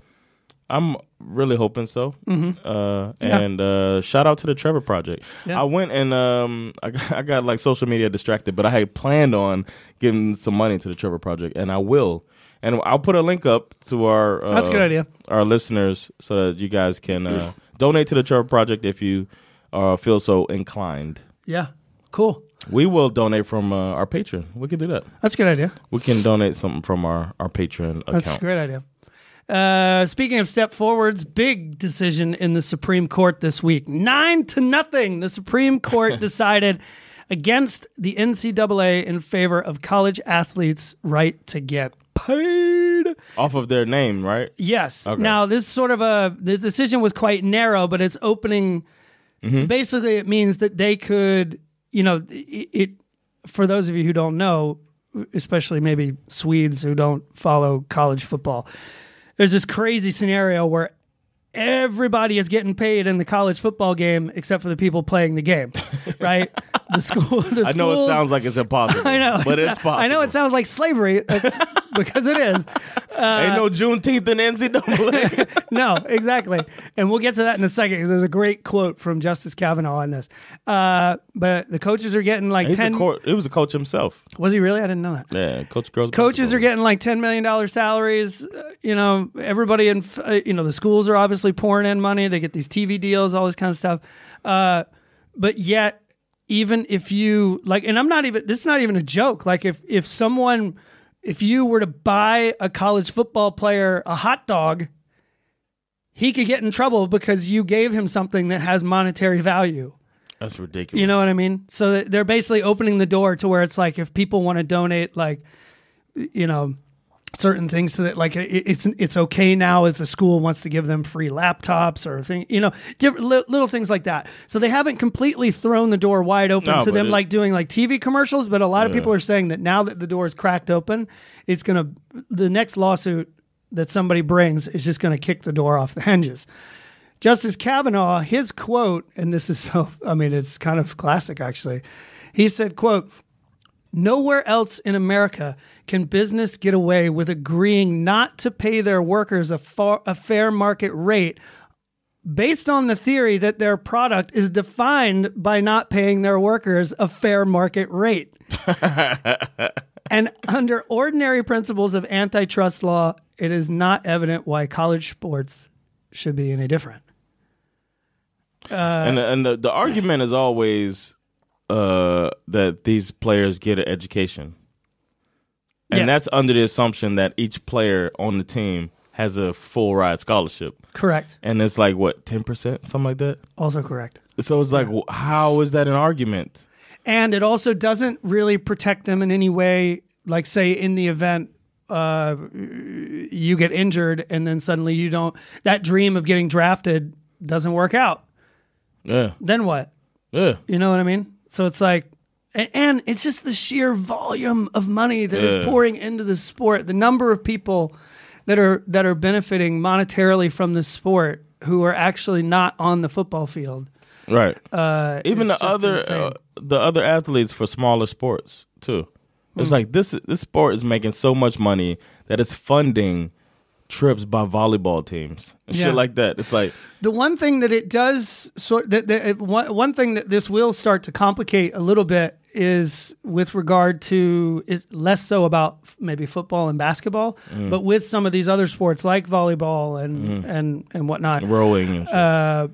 I'm really hoping so. Uh, And uh, shout out to the Trevor Project.
Mm-hmm. Yeah.
I went and um, I, got, I got like social media distracted, but I had planned on giving some money to the Trevor Project, and I will. And I'll put a link up to our uh,
That's a good idea.
our listeners so that you guys can uh, donate to the Trevor Project if you uh, feel so inclined.
Yeah. Cool.
We will donate from uh, our patron. We can do that.
That's a good idea.
We can donate something from our our patron account.
That's a great idea. Uh, speaking of step forwards, big decision in the Supreme Court this week. Nine to nothing. The Supreme Court decided against the NCAA in favor of college athletes' right to get paid.
Off of their name, right?
Yes. Now this is sort of a the decision was quite narrow, but it's opening.
Mm-hmm.
Basically, it means that they could, you know, it, it. For those of you who don't know, especially maybe Swedes who don't follow college football, there's this crazy scenario where everybody is getting paid in the college football game except for the people playing
(laughs)
the game, right? the school. The
I know it
schools-
sounds like it's impossible.
(laughs) I know,
but it's possible.
I know it sounds like slavery. That's- (laughs) because it is.
Ain't no Juneteenth in NCAA.
no, exactly. And we'll get to that in a second because there's a great quote from Justice Kavanaugh on this. Uh, but the coaches are getting
(laughs)
like
He's a
ten.
court, it was a coach himself.
was he really? I didn't know that.
Yeah, coach girls.
Coaches
basketball.
are getting like ten million dollar salaries. Uh, You know, everybody in f- uh, you know the schools are obviously pouring in money. They get these TV deals, all this kind of stuff. Uh, but yet, even if you like, and I'm not even this is not even a joke. Like if if someone, if you were to buy a college football player a hot dog he could get in trouble because you gave him something that has monetary value.
That's ridiculous.
You know what I mean? So th- they're basically opening the door to where it's like if people want to donate, like you know, certain things to that, like i- it's it's okay now if the school wants to give them free laptops or thing, you know, different li- little things like that. So they haven't completely thrown the door wide open
No,
to
but
them
it-
like doing like TV commercials, but a lot of people are saying that now that the door is cracked open, it's gonna the next lawsuit that somebody brings is just gonna kick the door off the hinges. Justice Kavanaugh, his quote, and this is so, I mean, it's kind of classic actually. He said, quote, Nowhere else in America can business get away with agreeing not to pay their workers a, far, a fair market rate based on the theory that their product is defined by not paying their workers a fair market rate. and under ordinary principles of antitrust law, it is not evident why college sports should be any different.
and and the, the argument is always uh, that these players get an education, and
Yeah.
that's under the assumption that each player on the team has a full ride scholarship,
Correct.
and it's like what ten percent, something like that.
Also correct.
So it's like, wh- how is that an argument?
and it also doesn't really protect them in any way like say in the event uh, you get injured and then suddenly you don't that dream of getting drafted doesn't work out
Yeah,
then what
yeah.
you know what i mean so it's like a- and it's just the sheer volume of money that is
Yeah.
pouring into the sport the number of people that are that are benefiting monetarily from the sport who are actually not on the football field
right even
Uh, it's
the
just
other
insane.
uh, the other athletes for smaller sports too it's
Hmm.
like this this sport is making so much money that it's funding trips by volleyball teams and
Yeah.
shit like that it's like
The one thing that it does sort that, that it, one, one thing that this will start to complicate a little bit is with regard to is less so about f- maybe football and basketball, but with some of these other sports like volleyball and and and whatnot.
rowing and shit.
Uh,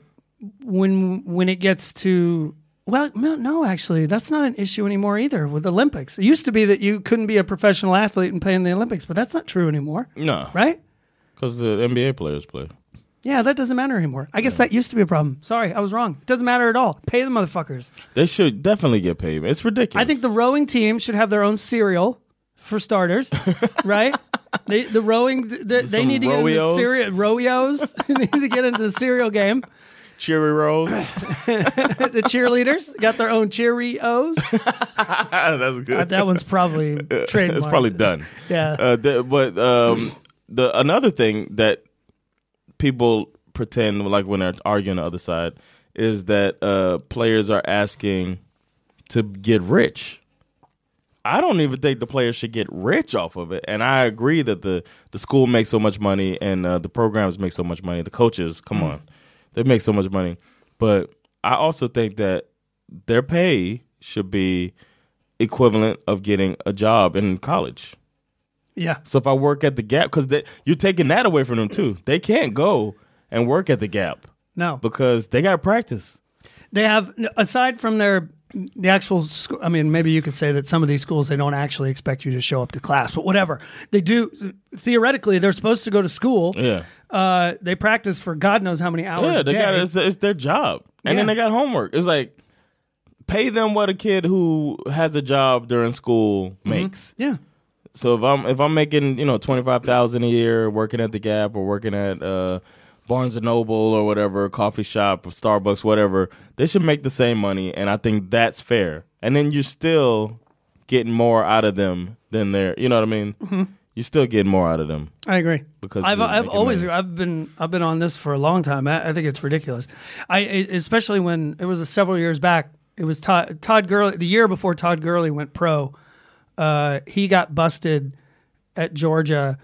When when it gets to well, no, no, actually, that's not an issue anymore either with Olympics. It used to be that you couldn't be a professional athlete and play in the Olympics, but that's not true anymore,
no
right?
because the nba players play
Yeah, that doesn't matter anymore. I guess that used to be a problem. Sorry, I was wrong. It doesn't matter at all. Pay the motherfuckers.
they should definitely get paid it's ridiculous
I think the rowing team should have their own cereal for
(laughs)
starters, right? They, the rowing, they, they
Some
need to get into the
rowios.
cereal, (laughs) rowios. need to get into the cereal game.
cherry
(sighs)
rolls (laughs)
The cheerleaders got their own Cheerios.
that's good
That one's probably
(laughs)
trademarked.
it's probably done
Yeah.
uh, the, but um, the another thing that people pretend like when they're arguing the other side is that uh, players are asking to get rich. I don't even think the players should get rich off of it, and I agree that the the school makes so much money and uh, the programs make so much money. The coaches, come
Mm.
on, they make so much money. But I also think that their pay should be equivalent of getting a job in college.
yeah.
So if I work at the Gap, because you're taking that away from them too. They can't go and work at the Gap
No.
because they got practice.
They have, aside from their the actual school. I mean, maybe you could say that some of these schools they don't actually expect you to show up to class, but whatever they do. Theoretically, they're supposed to go to school.
Yeah,
Uh, they practice for God knows how many hours.
yeah,
a
they
day.
got it's, it's their job, and then
Yeah.
they got homework. It's like pay them what a kid who has a job during school makes.
Yeah.
So if I'm if I'm making you know twenty five thousand a year working at the Gap or working at uh, Barnes and Noble or whatever coffee shop or Starbucks whatever, they should make the same money, and I think that's fair. And then you're still getting more out of them than they're you know what I mean. You're still getting more out of them.
I agree.
Because
I've
you're
I've
making
always
moves.
I've been I've been on this for a long time. I, I think it's ridiculous. I I- especially when it was several years back. It was Todd Todd Gurley the year before Todd Gurley went pro. Uh, he got busted at Georgia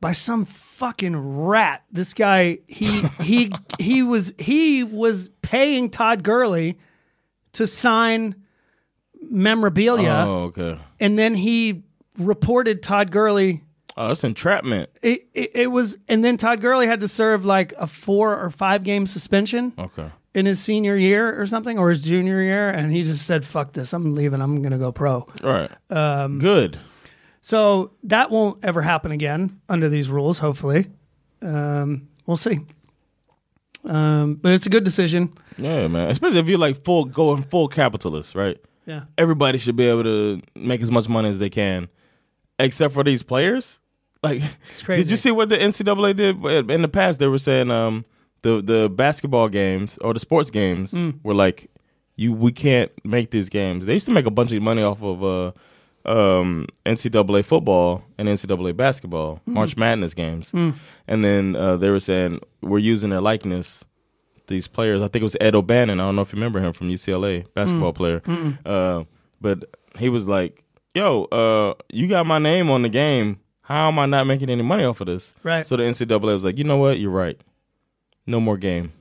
by some fucking rat. This guy, he he (laughs) he was he was paying Todd Gurley to sign memorabilia,
Oh, okay.
and then he reported Todd Gurley.
Oh, that's entrapment.
It, it it was, and then Todd Gurley had to serve like a four or five game suspension
Okay.
in his senior year or something, or his junior year, and he just said, "Fuck this, I'm leaving. I'm gonna go pro."
All right. Um, Good.
So that won't ever happen again under these rules. Hopefully, um, we'll see. Um, but it's a good decision.
Yeah, man. Especially if you're like full going full capitalist, right?
Yeah,
Everybody should be able to make as much money as they can, except for these players. Like, (laughs)
crazy.
did you see what the NCAA did in the past? They were saying um, the the basketball games or the sports games were like, you we can't make these games. They used to make a bunch of money off of uh, um, NCAA football and NCAA basketball,
Mm.
March Madness games, and then uh, they were saying we're using their likeness these players. I think it was Ed O'Bannon. I don't know if you remember him from UCLA,
Mm.
basketball player. Uh, but he was like, "Yo, uh, you got my name on the game. How am I not making any money off of this?"
Right.
So the NCAA was like, "You know what? You're right. No more game."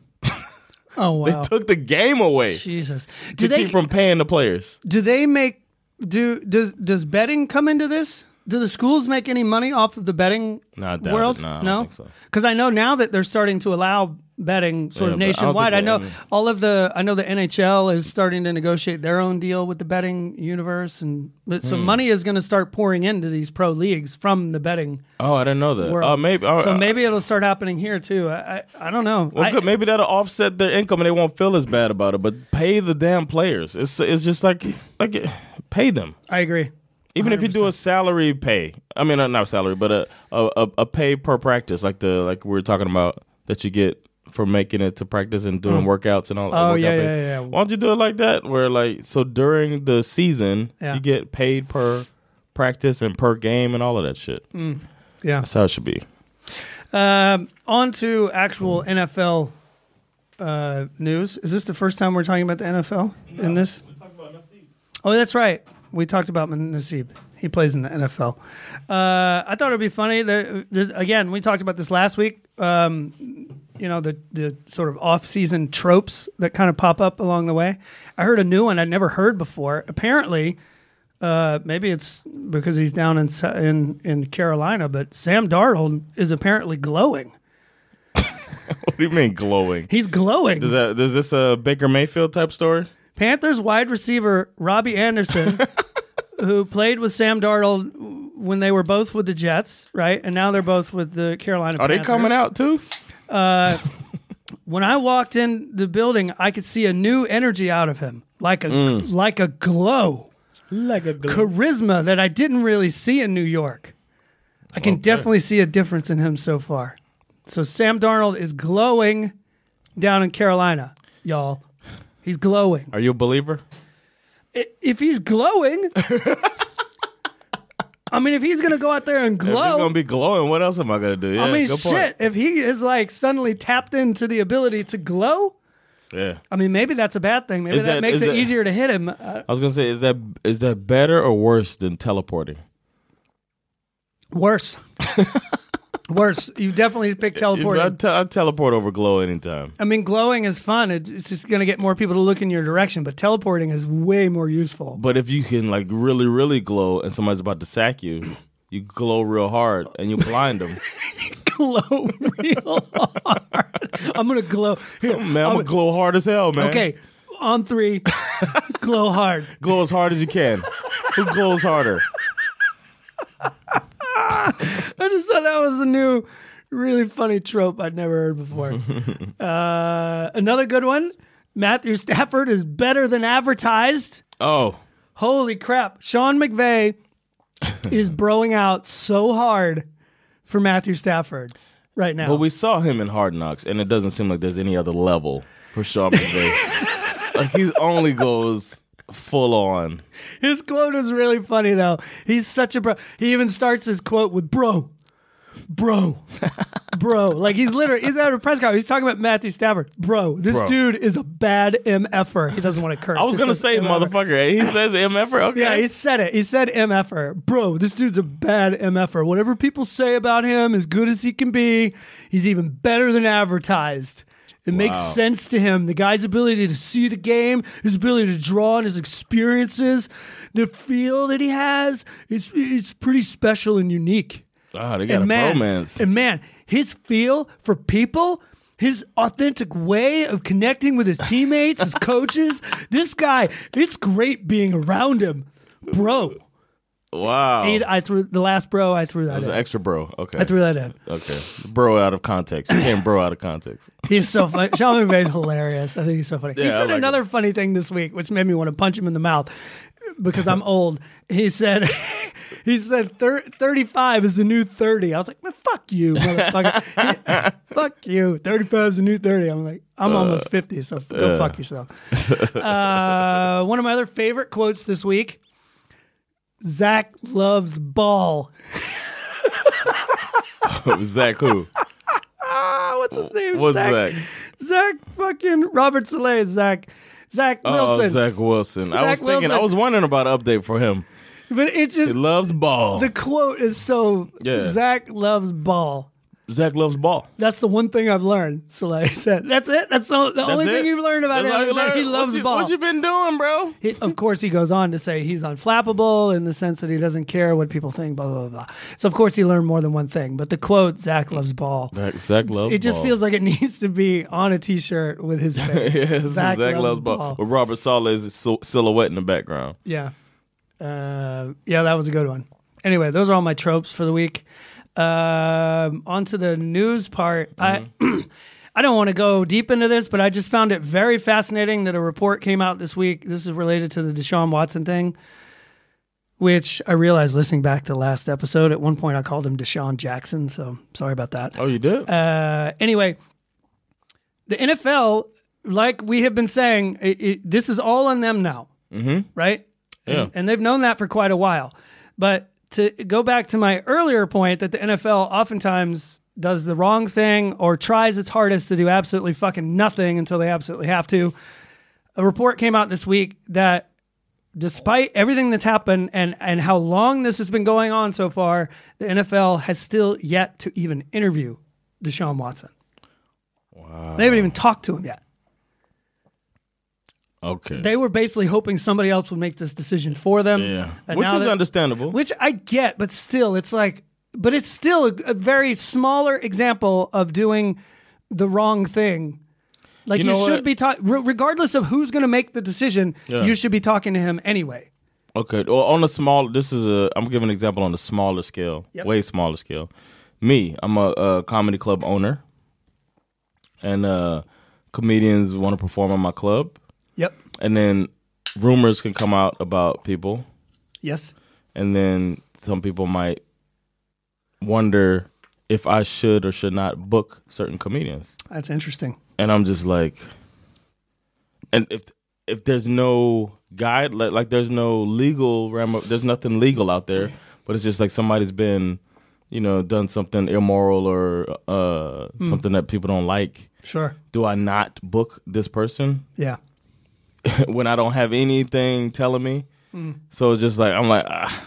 Oh wow,
They took the game away
Jesus!
to
Do they
keep from paying the players.
do they make do does does betting come into this? Do the schools make any money off of the betting
No, I doubt it.
world?
No, I don't think so.
because I know now that they're starting to allow betting sort
Yeah, but I
of
don't think
nationwide. I,
they-
know
I mean-
all of the I know the NHL is starting to negotiate their own deal with the betting universe, and but,
Hmm.
so money is going to start pouring into these pro leagues from the betting
Oh, I didn't know that.
world.
Oh, maybe. all right.
so maybe it'll start happening here too. I I, I don't know.
Well,
I-
good. Maybe that'll offset their income and they won't feel as bad about it. But pay the damn players. It's it's just like like pay them.
I agree.
Even if you do a salary pay, I mean uh, not salary, but a a, a a pay per practice, like the like we were talking about that you get for making it to practice and doing workouts and all. uh,
Oh,
workout
yeah,
pay.
yeah, yeah.
Why don't you do it like that? Where like so during the season,
Yeah.
you get paid per practice and per game and all of that shit.
Mm. Yeah.
That's how it should
(laughs)
be.
Um, on to actual NFL uh, news. Is this the first time we're talking about the NFL in this? Oh, that's right. We talked about Nasib. He plays in the NFL. Uh, I thought it would be funny. There, there's, again, we talked about this last week. Um, you know, the, the sort of off season tropes that kind of pop up along the way. I heard a new one I'd never heard before. Apparently, uh, maybe it's because he's down in Sa- in in Carolina, but Sam Darnold is apparently glowing.
What do you mean glowing?
He's glowing.
Is that is this a Baker Mayfield type story?
Panthers wide receiver Robbie
(laughs)
Anderson, who played with Sam Darnold when they were both with the Jets, right? And now they're both with the Carolina.
Are they
Panthers.
coming out too?
When I walked in the building, I could see a new energy out of him, like a
Mm.
like a glow.
Like a glow.
charisma that I didn't really see in New York. I can definitely see a difference in him so far. So Sam Darnold is glowing down in Carolina, y'all. He's glowing.
Are you a believer?
I- If he's glowing,
(laughs)
I mean, if he's gonna go out there and
If he's
glow,
gonna be glowing. What else am I gonna do? Yeah,
I mean,
good
shit.
Point.
If he is like suddenly tapped into the ability to glow,
Yeah.
I mean, maybe that's a bad thing. Maybe
Is
that,
that-
makes
is
it
that-
easier to hit him. Uh,
I was gonna say, is that is that better or worse than teleporting? (laughs)
worse, worse. You definitely pick teleporting.
I, te- I teleport over glow anytime.
I mean, glowing is fun. It- It's just going to get more people to look in your direction, but teleporting is way more
(laughs)
useful.
But if you can like really, really glow, and somebody's about to sack you, you glow real hard and you blind them.
Glow real hard. I'm going to glow.
(laughs)
Here,
man, I'm gonna glow hard as hell, man.
okay, on
(laughs)
three, glow hard.
glow as hard as you
(laughs)
can. Who glows harder?
I just thought that was a new, really funny trope I'd never heard before. uh, another good one Matthew Stafford is better than advertised.
Oh,
Holy crap. Sean McVay is broing out so hard for Matthew Stafford right now.
but we saw him in Hard Knocks, and it doesn't seem like there's any other level for Sean
(laughs)
McVay. like he only goes full on.
His quote is really funny though. He's such a bro. He even starts his quote with "Bro, bro, bro. Like he's literally he's at a press conference. He's talking about Matthew Stafford, bro. This
Bro.
dude is a bad mf'er. He doesn't want
(laughs)
to curse.
I was
He
gonna
says
say
MFer.
motherfucker. He says MFR. Okay.
Yeah, he said it. He said mf'er, bro. This dude's a bad mf'er. Whatever people say about him, as good as he can be, he's even better than advertised. It makes sense to him. The guy's ability to see the game, his ability to draw on his experiences, the feel that he has, it's, it's pretty special and unique
oh, they got a bromance.
and man, his feel for people, his authentic way of connecting with his teammates,
(laughs)
his coaches, this guy, it's great being around him, bro.
wow.
He- I threw the last bro. I threw that.
It Oh. was
In.
an extra bro. Okay.
I threw that in.
Okay. Bro out of context. You can't bro out of context. (laughs)
He's so funny. Sean McVay's hilarious. I think he's so funny. he
Yeah, I
said
like
another funny thing this week, which made me want to punch him in the mouth because I'm old. He said, (laughs) he said thir- 35 is the new 30. I was like, man, fuck you, motherfucker. (laughs) fuck you. 35 is the new 30. I'm like,
Uh,
I'm almost 50, so f- go fuck yourself. uh, one of my other favorite quotes this week Zach loves ball.
Zach
(laughs)
who?
Ah, what's his name?
What's
Zach.
Zach?
Zach fucking Robert Saleh, Zach. Zach Wilson.
Oh, Zach Wilson. I
Zach
was thinking.
Wilson.
I was wondering about an update for him.
But it's
He
just
loves ball.
the quote is so
Yeah.
Zach loves ball.
Zach loves ball.
That's the one thing I've learned. Saleh (laughs) said, "That's it. That's the, the only
That's
thing
it?
you've learned about
That's all
him.
you
Is that he
learned?
loves
what you,
ball."
What you been doing, bro?
He-
(laughs)
of course, he goes on to say he's unflappable in the sense that he doesn't care what people think. Blah blah blah. blah. So of course, he learned more than one thing. But the quote, "Zach loves ball,"
Zach, Zach loves.
it
(laughs)
just
ball.
feels like it (laughs) needs to be on a T-shirt with
(laughs)
his face.
Yes, Zach, loves, ball. With Robert Sala's sil- silhouette in the background.
Yeah. Uh, yeah, that was a good one. Anyway, those are all my tropes for the week. Um, on to the news part. I (clears throat) I don't want to go deep into this, but I just found it very fascinating that a report came out this week. This is related to the Deshaun Watson thing, which I realized listening back to last episode. At one point, I called him Deshaun Jackson, so sorry about that.
Oh, you did?
Uh, anyway, the NFL, like we have been saying, it, it, this is all on them now, mm-hmm. right? And,
Yeah.
and they've known that for quite a while. But to go back to my earlier point that the NFL oftentimes does the wrong thing or tries its hardest to do absolutely fucking nothing until they absolutely have to. A report came out this week that despite everything that's happened and and how long this has been going on so far, the NFL has still yet to even interview Deshaun Watson. Wow. They haven't even talked to him yet.
okay.
They were basically hoping somebody else would make this decision for them.
yeah.
And
Which
now
is
that-
understandable.
Which I get, but still, it's like, but it's still a, a very smaller example of doing the wrong thing. Like
You
you,
know
should
what?
be talking, regardless of who's going to make the decision, you should be talking to him anyway.
Okay. Well, on a small, this is a. I'm giving an example on a smaller scale, way smaller scale. Me, I'm a, a comedy club owner, and uh, comedians want to perform on my club,
Yep.
and then rumors can come out about people,
Yes.
and then some people might wonder if I should or should not book certain comedians,
That's interesting.
and I'm just like, and if if there's no guide like, like there's no legal ram there's nothing legal out there but it's just like somebody's been you know done something immoral or uh something that people don't like
Sure.
do i not book this person
Yeah.
when i don't have anything telling me
Hmm.
so it's just like i'm like ah,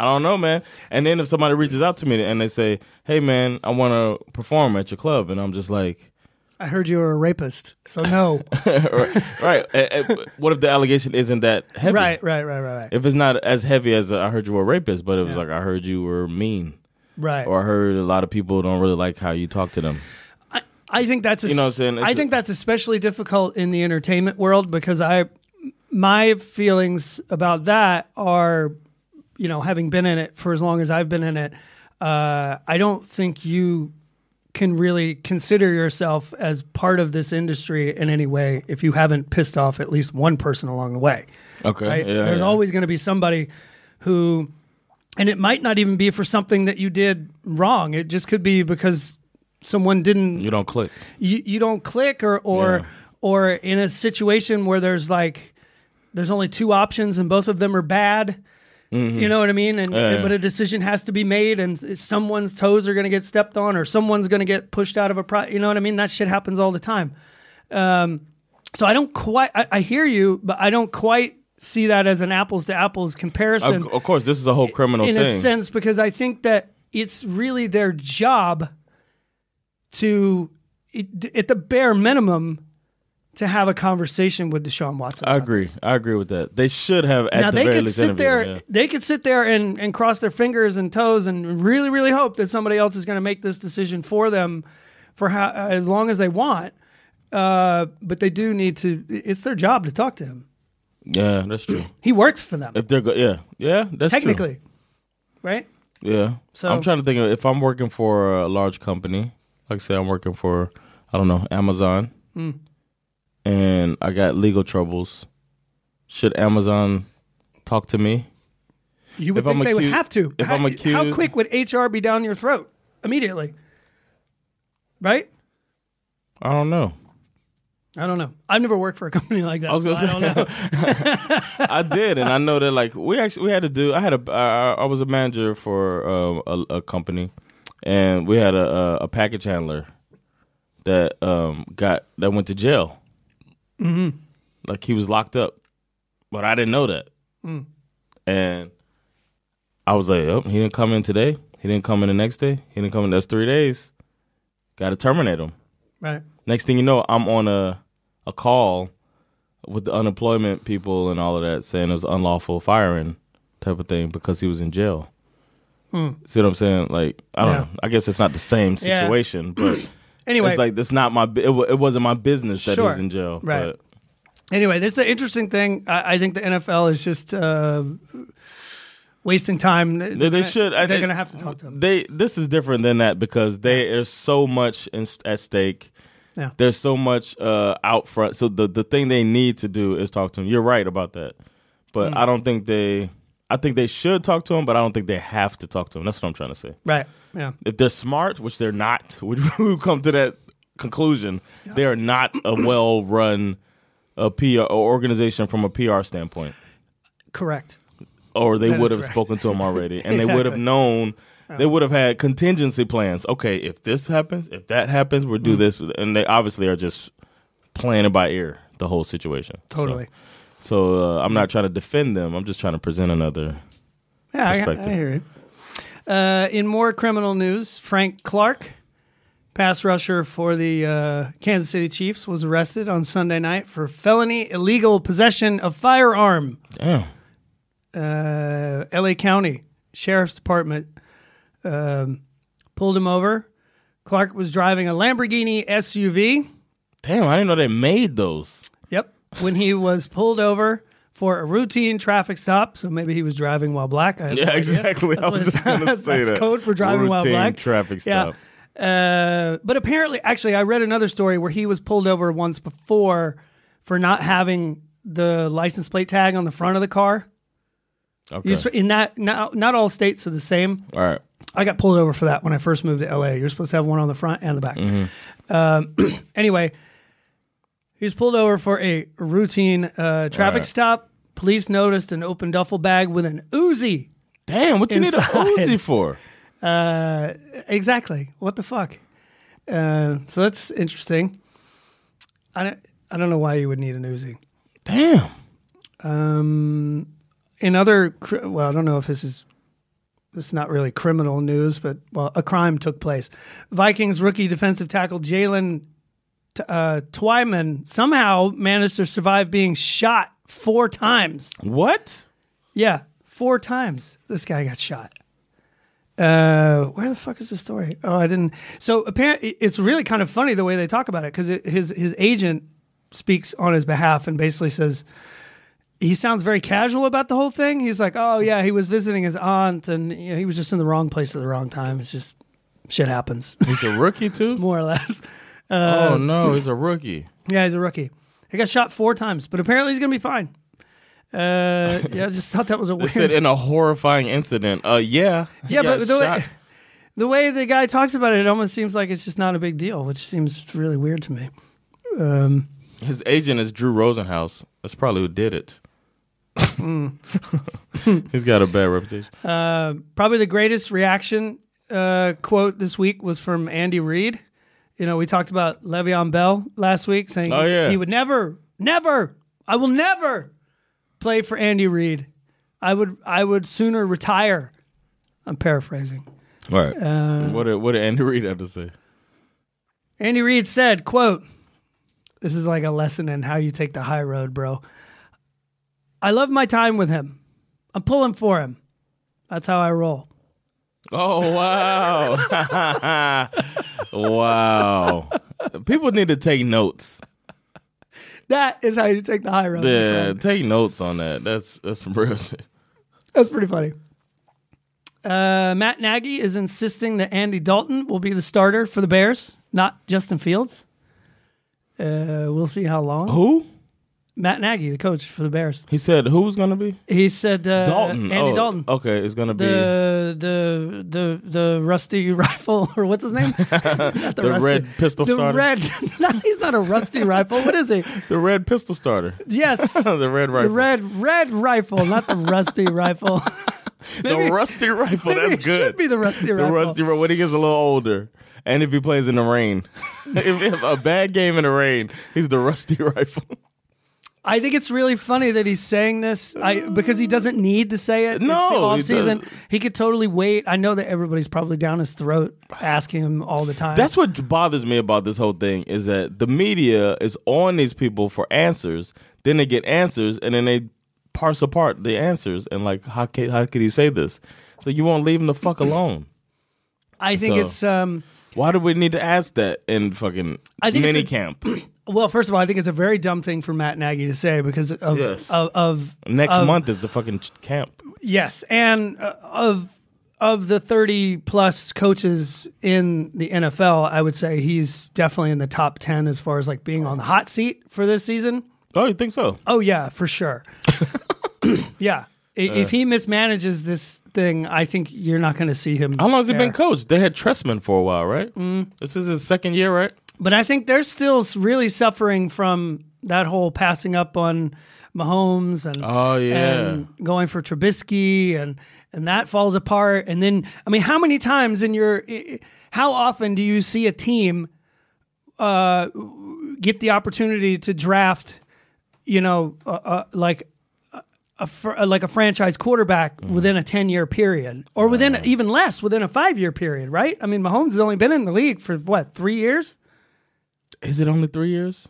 i don't know man and then if somebody reaches out to me and they say hey man i want to perform at your club and i'm just like (laughs)
I heard you were a rapist. So no.
right, right. Eh, eh, what if the allegation isn't that heavy
right, right, right, right, right.
if it's not as heavy as uh, I heard you were a rapist, but it was like I heard you were mean,
right.
or I heard a lot of people don't really like how you talk to them.
I, I think that's
You know what I'm saying? It's
I think
a-
that's especially difficult in the entertainment world because I my feelings about that are you know having been in it for as long as I've been in it uh, I don't think you can really consider yourself as part of this industry in any way if you haven't pissed off at least one person along the way.
Okay,
right? There's always going to be somebody who, and it might not even be for something that you did wrong. It just could be because someone didn't
you don't click.
you, you don't click or or
Yeah.
or in a situation where there's like there's only two options and both of them are bad You know what I mean? And
Mm-hmm. Yeah, yeah.
but a decision has to be made, and s- someone's toes are going to get stepped on, or someone's going to get pushed out of a pro. You know what I mean? That shit happens all the time. Um, so I don't quite. I, I hear you, but I don't quite see that as an apples to apples comparison
Of, of course, this is a whole criminal
in
thing.
a sense because I think that it's really their job to, it, at the bare minimum, to have a conversation with Deshaun Watson.
I
about
agree. I agree with that. They should have at
now
the
they
very
could
least
sit
interviewed
there.
him, yeah.
They could sit there and, and cross their fingers and toes and really, really hope that somebody else is going to make this decision for them for how, as long as they want. Uh, but they do need to. It's their job to talk to him.
Yeah, that's true.
He works for them
If they're go- yeah, yeah, that's true.
technically, right?
Yeah.
So-
I'm trying to think of if I'm working for a large company, like say I'm working for I don't know, Amazon.
Hmm.
And I got legal troubles. Should Amazon talk to me?
You would
If
think
I'm
they would
accused-
have to.
if
how,
I'm
how
accused-
quick would HR be down your throat immediately? Right?
I don't know.
I don't know. I've never worked for a (laughs) company like that.
I was gonna
so I
say-
don't know. (laughs)
I did, and I know that like we actually we had to do. I had a I, I was a manager for um, a, a company, and we had a, a a package handler that um got that went to jail. Mm-hmm. Like he was locked up, but I didn't know that, and I was like, oh, he didn't come in today. He didn't come in the next day. He didn't come in. That's three days. Got to terminate him.
Right.
Next thing you know, I'm on a a call with the unemployment people and all of that, saying it was unlawful firing type of thing because he was in jail. See what I'm saying? Like I don't
Hmm. Yeah.
know. I guess it's not the same
Yeah.
situation,
(clears throat)
but
Anyway,
it's like it's not my. bu- It, wa- it wasn't my business that he
Sure.
was in jail.
Right.
But
anyway, this is an interesting thing. I, I think the NFL is just uh, wasting time. They,
they should. I- they-
They're going to have to talk to them.
they this is different than that because they there's so much in, at stake.
Yeah.
There's so much uh, out front. So the the thing they need to do is talk to him. You're right about that, but I don't think they. I think they should talk to him, but I don't think they have to talk to him. That's what I'm trying to say.
Right. Yeah.
If they're smart, which they're not, (laughs) which we come to that conclusion, they are not a well run uh, PR or organization from a PR standpoint
Correct.
or they
That is
would have
correct.
spoken to him already,
(laughs)
and they would have
Exactly. Uh-huh.
known. They would have had contingency plans. Okay, if this happens, if that happens, we'll
Mm-hmm.
do this, and they obviously are just playing it by ear the whole situation. So-
Totally.
So, uh, I'm not trying to defend them. I'm just trying to present another.
Yeah, I, I
perspective.
hear it. Uh, in more criminal news, Frank Clark, pass rusher for the uh, Kansas City Chiefs, was arrested on Sunday night for felony illegal possession of firearm.
Damn.
Uh, L.A. County Sheriff's Department um, pulled him over. Clark was driving a Lamborghini SUV.
Damn, I didn't know they made those.
Yep. When he was pulled over for a routine traffic stop, so maybe he was driving while black. I have no
Yeah,
idea.
exactly. I was
That's what
just
it
gonna
sounds-
say
(laughs) that's
that.
code for driving while
Routine
black.
traffic stop.
Yeah. Uh, but apparently, actually, I read another story where he was pulled over once before for not having the license plate tag on the front of the car.
Okay.
You're sp- In that, not, not all states are the same.
All right.
I got pulled over for that when I first moved to LA. You're supposed to have one on the front and the back.
Mm-hmm.
Um, (clears throat) anyway, he was pulled over for a routine uh, traffic
Right.
stop. Police noticed an open duffel bag with an Uzi.
Damn, what you
Inside.
need a Uzi for?
Uh, exactly. What the fuck? Uh, so that's interesting. I don't, I don't know why you would need an Uzi.
Damn.
Um, in other, cr- well, I don't know if this is, this is not really criminal news, but well, a crime took place. Vikings rookie defensive tackle Jalen T- uh, Twyman somehow managed to survive being shot four times.
What?
Yeah, four times this guy got shot. Uh, where the fuck is the story? Oh, I didn't. So apparently, it's really kind of funny the way they talk about it because his his agent speaks on his behalf and basically says he sounds very casual about the whole thing. He's like, "Oh yeah, he was visiting his aunt, and you know, he was just in the wrong place at the wrong time. It's just shit happens, (laughs)
He's a rookie too.
more or less." Uh,
oh no, he's a rookie.
Yeah, he's a rookie. He got shot four times, but apparently he's gonna be fine. Uh, yeah, I just thought that was a
They
weird.
(laughs) said in a horrifying incident. Uh, yeah. he
Yeah,
got
but the
shot.
way, (laughs) the way the guy talks about it, it almost seems like it's just not a big deal, which seems really weird to me.
his agent is Drew Rosenhaus. That's probably who did it.
Hmm.
(laughs) He's got a bad reputation.
Probably the greatest reaction uh, quote this week was from Andy Reid. You know, we talked about Le'Veon Bell last week saying
Oh, yeah.
he would never, never, I will never play for Andy Reid. I would, I would sooner retire. I'm paraphrasing.
All right.
Uh,
what did what did Andy Reid have to say?
Andy Reid said, quote, this is like a lesson in how you take the high road, bro. I love my time with him. I'm pulling for him. That's how I roll.
Oh wow. (laughs) wow. People need to take notes.
That is how you take the high road. my friend.
Yeah, take notes on that. That's that's some real shit.
That's pretty funny. Uh, Matt Nagy is insisting that Andy Dalton will be the starter for the Bears, not Justin Fields. Uh, we'll see how long.
Who?
Matt Nagy, the coach for the Bears,
He said who's gonna be?
he said uh,
Dalton.
Andy
Oh,
Dalton,
Okay, it's gonna be
the the the the rusty (laughs) rifle or what's
(laughs)
his name? Not
The red pistol
The
starter.
red. (laughs) no, he's not a rusty rifle. What is he?
the red pistol starter. (laughs)
Yes, the
the red rifle.
red red rifle, not the rusty rifle. (laughs)
the rusty rifle.
maybe
That's
it should
good.
be the rusty
The
rifle.
rusty rifle. When he gets a little older, and if he plays in the rain, (laughs) if, if a bad game in the rain, he's the rusty (laughs) rifle.
I think it's really funny that he's saying this I, because he doesn't need to say it.
No,
it's the off
he
season.
doesn't.
He could totally wait. I know that everybody's probably down
(sighs)
his throat asking him all the time.
That's what bothers me about this whole thing is that the media is on these people for answers. Then they get answers, and then they parse apart the answers and like, how can, how could he say this? So you won't leave him the fuck alone.
I think
so-
it's um
Why do we need to ask that in fucking
I think it's a-
mini camp
(clears throat) well, first of all, I think it's a very dumb thing for Matt Nagy to say because of
Yes.
of, of
next
of-
month? Is the fucking ch- camp?
Yes, and uh, of of the 30 plus coaches in the NFL, I would say he's definitely in the top 10 as far as like being on the hot seat for this season.
Oh, you think so?
Oh yeah,
(laughs)
for sure. yeah. I- If he mismanages this thing, I think you're not going to see him.
How long has he
there.
been coached? They had Tressman for a while, right? Mm. This is his second year, right?
But I think they're still s- really suffering from that whole passing up on Mahomes and
Oh, yeah.
and going for Trubisky and and that falls apart. And then I mean, how many times in your i- i- how often do you see a team uh, get the opportunity to draft? You know, uh, uh, like a fr- uh, like a franchise quarterback
Mm-hmm.
within a 10 year period or within even less within a 5 year period, right? I mean, Mahomes has only been in the league for what, 3 years
Is it only three years?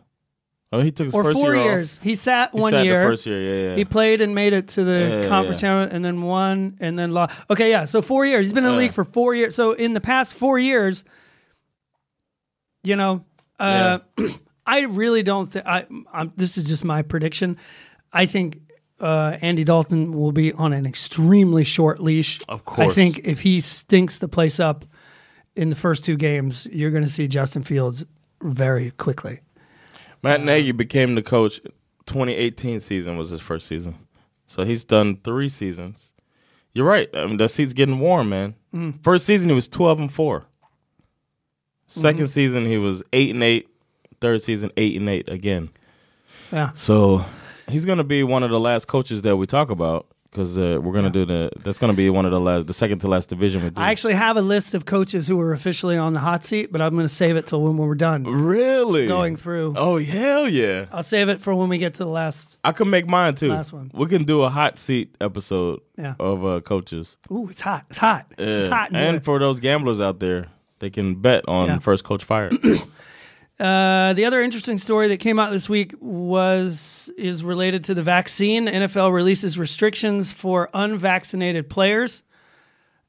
Oh, he took his
or
first
4
year
years.
Off.
He sat
He
one
sat
year.
The first year, yeah, yeah.
He played and made it to the
yeah,
conference tournament and then won and then lost. Okay, yeah, so 4 years. He's been in the league for 4 years. So in the past 4 years, you know, uh (clears throat) I really don't think I I'm, this is just my prediction. I think uh, Andy Dalton will be on an extremely short leash. Of
course.
I think if he stinks the place up in the first two games, you're going to see Justin Fields very quickly.
Matt Nagy became the coach. 2018 season was his first season, so he's done three seasons. You're right. I mean, the seat's getting warm, man.
Mm.
First season he was 12 and four.
Mm-hmm.
Second season he was eight and eight. Third season eight and eight again.
Yeah.
So he's gonna be one of the last coaches that we talk about because uh, we're gonna do the. That's gonna be one of the last, the second to last division we do.
I actually have a list of coaches who are officially on the hot seat, but I'm going to save it till when we're done
really
going through.
Oh hell yeah!
I'll save it for when we get to the last.
I can make mine too.
Last one.
We can do a hot seat episode
Yeah.
of uh, coaches.
Ooh, it's hot. It's hot. It's hot. in here.
and for those gamblers out there, they can bet on
Yeah.
first coach fired.
Uh, the other interesting story that came out this week was is related to the vaccine. NFL releases restrictions for unvaccinated players.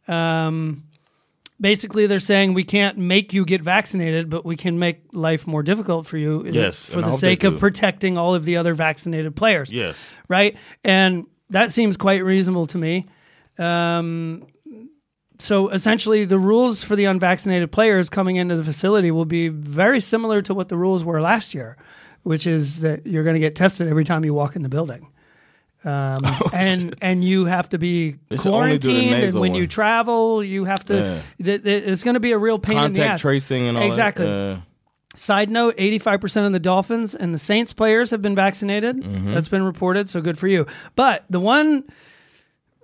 Um, basically, they're saying we can't make you get vaccinated, but we can make life more difficult for you. in-
Yes,
for
and I
the
hope they
sake of
do.
protecting all of the other vaccinated
(clears throat)
players.
yes.
right? And that seems quite reasonable to me. Um, so essentially, the rules for the unvaccinated players coming into the facility will be very similar to what the rules were last year, which is that you're going to get tested every time you walk in the building.
(laughs)
Um, and and you have to be
Oh, They should only do the
quarantined, and
nasal
when you
one.
travel, you have to.
Yeah.
th- th- it's going to be a real pain in the
Contact
ass.
tracing and all
exactly.
that.
Side note 85% of the Dolphins and the Saints players have been vaccinated. That's been reported, so good for you. But the one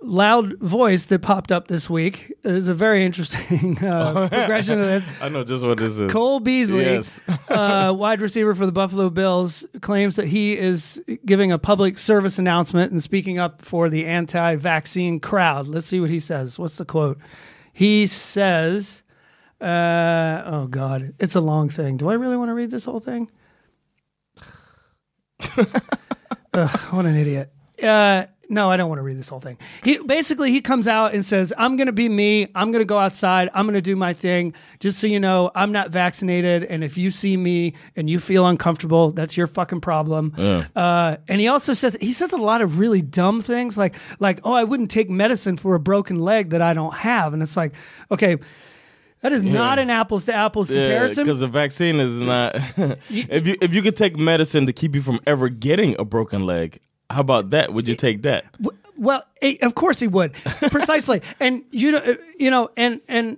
loud voice that popped up this week is a very interesting uh, progression of this.
I know just what this is.
Cole Beasley,
Yes.
uh, wide receiver for the Buffalo Bills, claims that he is giving a public service announcement and speaking up for the anti vaccine crowd. Let's see what he says. What's the quote? He says, uh, Oh, God, it's a long thing. Do I really want to read this whole thing? Ugh, what an idiot. Uh, no, I don't want to read this whole thing. He basically he comes out and says, "I'm going to be me. I'm going to go outside. I'm going to do my thing. Just so you know, I'm not vaccinated. And if you see me and you feel uncomfortable, that's your fucking problem." Uh, and he also says he says a lot of really dumb things like like, "Oh, I wouldn't take medicine for a broken leg that I don't have." And it's like, okay. That is not an apples to apples comparison.
because the vaccine is not. (laughs) if you if you could take medicine to keep you from ever getting a broken leg, how about that? Would you take that?
Well, eh, of course he would,
(laughs)
precisely. And you know, eh, you know, and and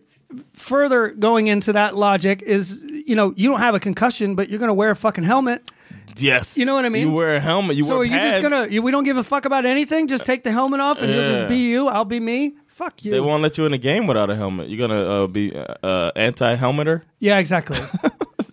further going into that logic is, you know, you don't have a concussion, but you're going to wear a fucking helmet.
Yes.
You know what I mean?
You wear a helmet. You
so
wear
are you
pads.
just gonna? You, we don't give a fuck about anything. Just take the helmet off, and you'll just
Yeah.
be you. I'll be me. Fuck you.
They won't let you in the game without a helmet. You're gonna uh, be uh, uh, anti-helmeter. (laughs)
yeah, exactly.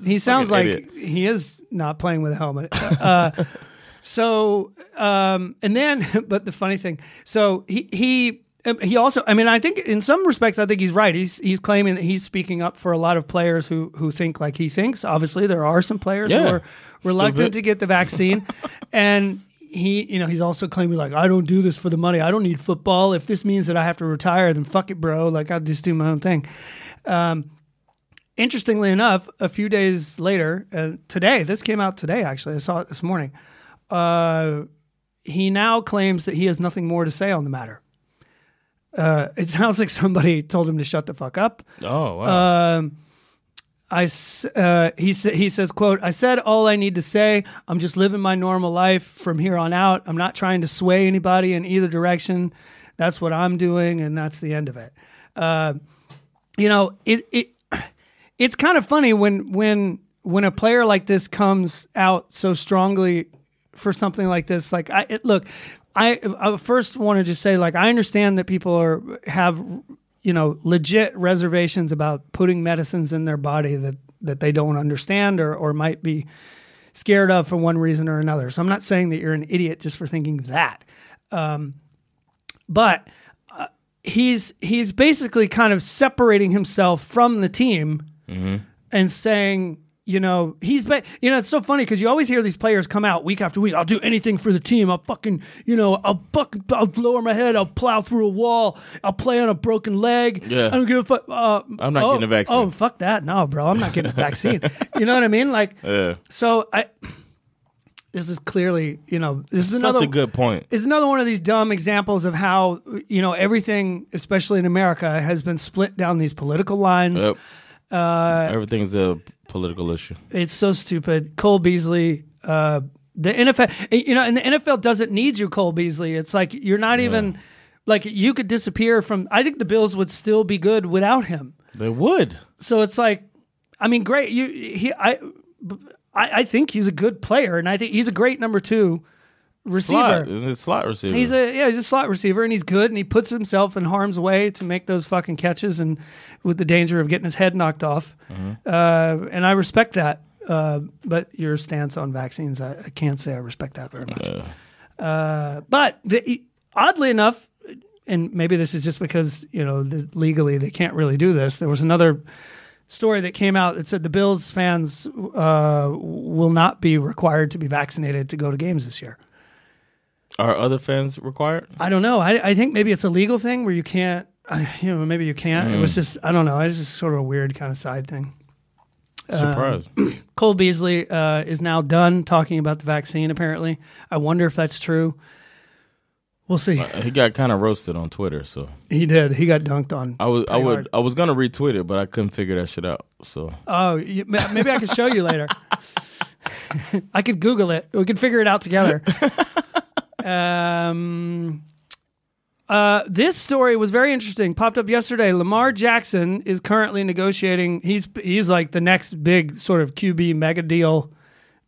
he sounds like
Fucking idiot.
he is not playing with a helmet. Uh, (laughs) so um, and then, (laughs) but the funny thing, so he he um, he also, I mean, I think in some respects, I think he's right. He's he's claiming that he's speaking up for a lot of players who who think like he thinks. Obviously, there are some players who
Yeah.
are reluctant
Stupid.
to get the vaccine, and. He, you know, he's also claiming like I don't do this for the money. I don't need football. If this means that I have to retire, then fuck it, bro. Like I'll just do my own thing Um, interestingly enough, a few days later, uh, today, this came out today, actually, I saw it this morning. Uh, he now claims that he has nothing more to say on the matter. Uh, it (laughs) sounds like somebody told him to shut the fuck up.
Oh
Uh,
wow.
I s- uh, he sa- he says, "quote I said all I need to say. I'm just living my normal life from here on out. I'm not trying to sway anybody in either direction. That's what I'm doing, and that's the end of it." Uh, you know, it it it's kind of funny when when when a player like this comes out so strongly for something like this. Like I it, look, I I first want to just say like I understand that people are have you know legit reservations about putting medicines in their body that that they don't understand or or might be scared of for one reason or another. So I'm not saying that you're an idiot just for thinking that. Um, but uh, he's he's basically kind of separating himself from the team
Mm-hmm.
and saying, you know, he's ba- you know, it's so funny because you always hear these players come out week after week. I'll do anything for the team. I'll fucking, you know, I'll fuck, I'll lower my head. I'll plow through a wall. I'll play on a broken leg.
Yeah.
I don't give a fuck. Uh,
I'm not
oh,
getting a vaccine.
Oh, fuck that. No, bro, I'm not getting a vaccine.
(laughs)
you know what I mean? Like,
yeah.
so I. This is clearly, you know, this is another
Such a good point.
It's another one of these dumb examples of how you know everything, especially in America, has been split down these political lines.
Yep.
Uh,
Everything's a political issue.
It's so stupid. Cole Beasley, uh, the NFL, eh, you know, and the NFL doesn't need you, Cole Beasley. It's like you're not even like you could disappear from. I think the Bills would still be good without him.
They would.
So it's like, I mean, great. You he I. b- I, I think he's a good player, and I think he's a great number two receiver.
Slot. Isn't it slot receiver?
He's a yeah, he's a slot receiver, and he's good, and he puts himself in harm's way to make those fucking catches, and with the danger of getting his head knocked off. Uh, and I respect that, uh, but your stance on vaccines, I, I can't say I respect that very much. Uh, but the, oddly enough, and maybe this is just because you know the, legally they can't really do this. There was another story that came out that said the Bills fans uh, will not be required to be vaccinated to go to games this year.
Are other fans required?
I don't know. I, I think maybe it's a legal thing where you can't, I, you know, maybe you can't. It was just, I don't know. It was just sort of a weird kind of side thing. Uh, (clears throat)
Surprised.
Cole Beasley uh, is now done talking about the vaccine, apparently. I wonder if that's true. We'll see.
he got kind of roasted on Twitter, so
He did. He got dunked on.
I was I
pretty
would
hard.
I was gonna retweet it, but I couldn't figure that shit out. So
Oh, you, ma- maybe I could show you later. I could Google it. We could figure it out together. Um, Uh, this story was very interesting. Popped up yesterday. Lamar Jackson is currently negotiating. He's he's like the next big sort of QB mega deal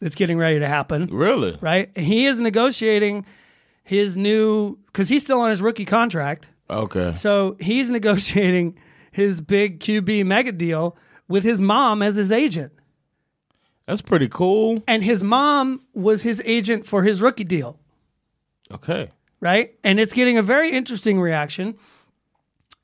that's getting ready to happen.
Really?
Right? He is negotiating his new because he's still on his rookie contract.
Okay.
So he's negotiating his big QB mega deal with his mom as his agent.
That's pretty cool.
And his mom was his agent for his rookie deal,
Okay.
right? And it's getting a very interesting reaction.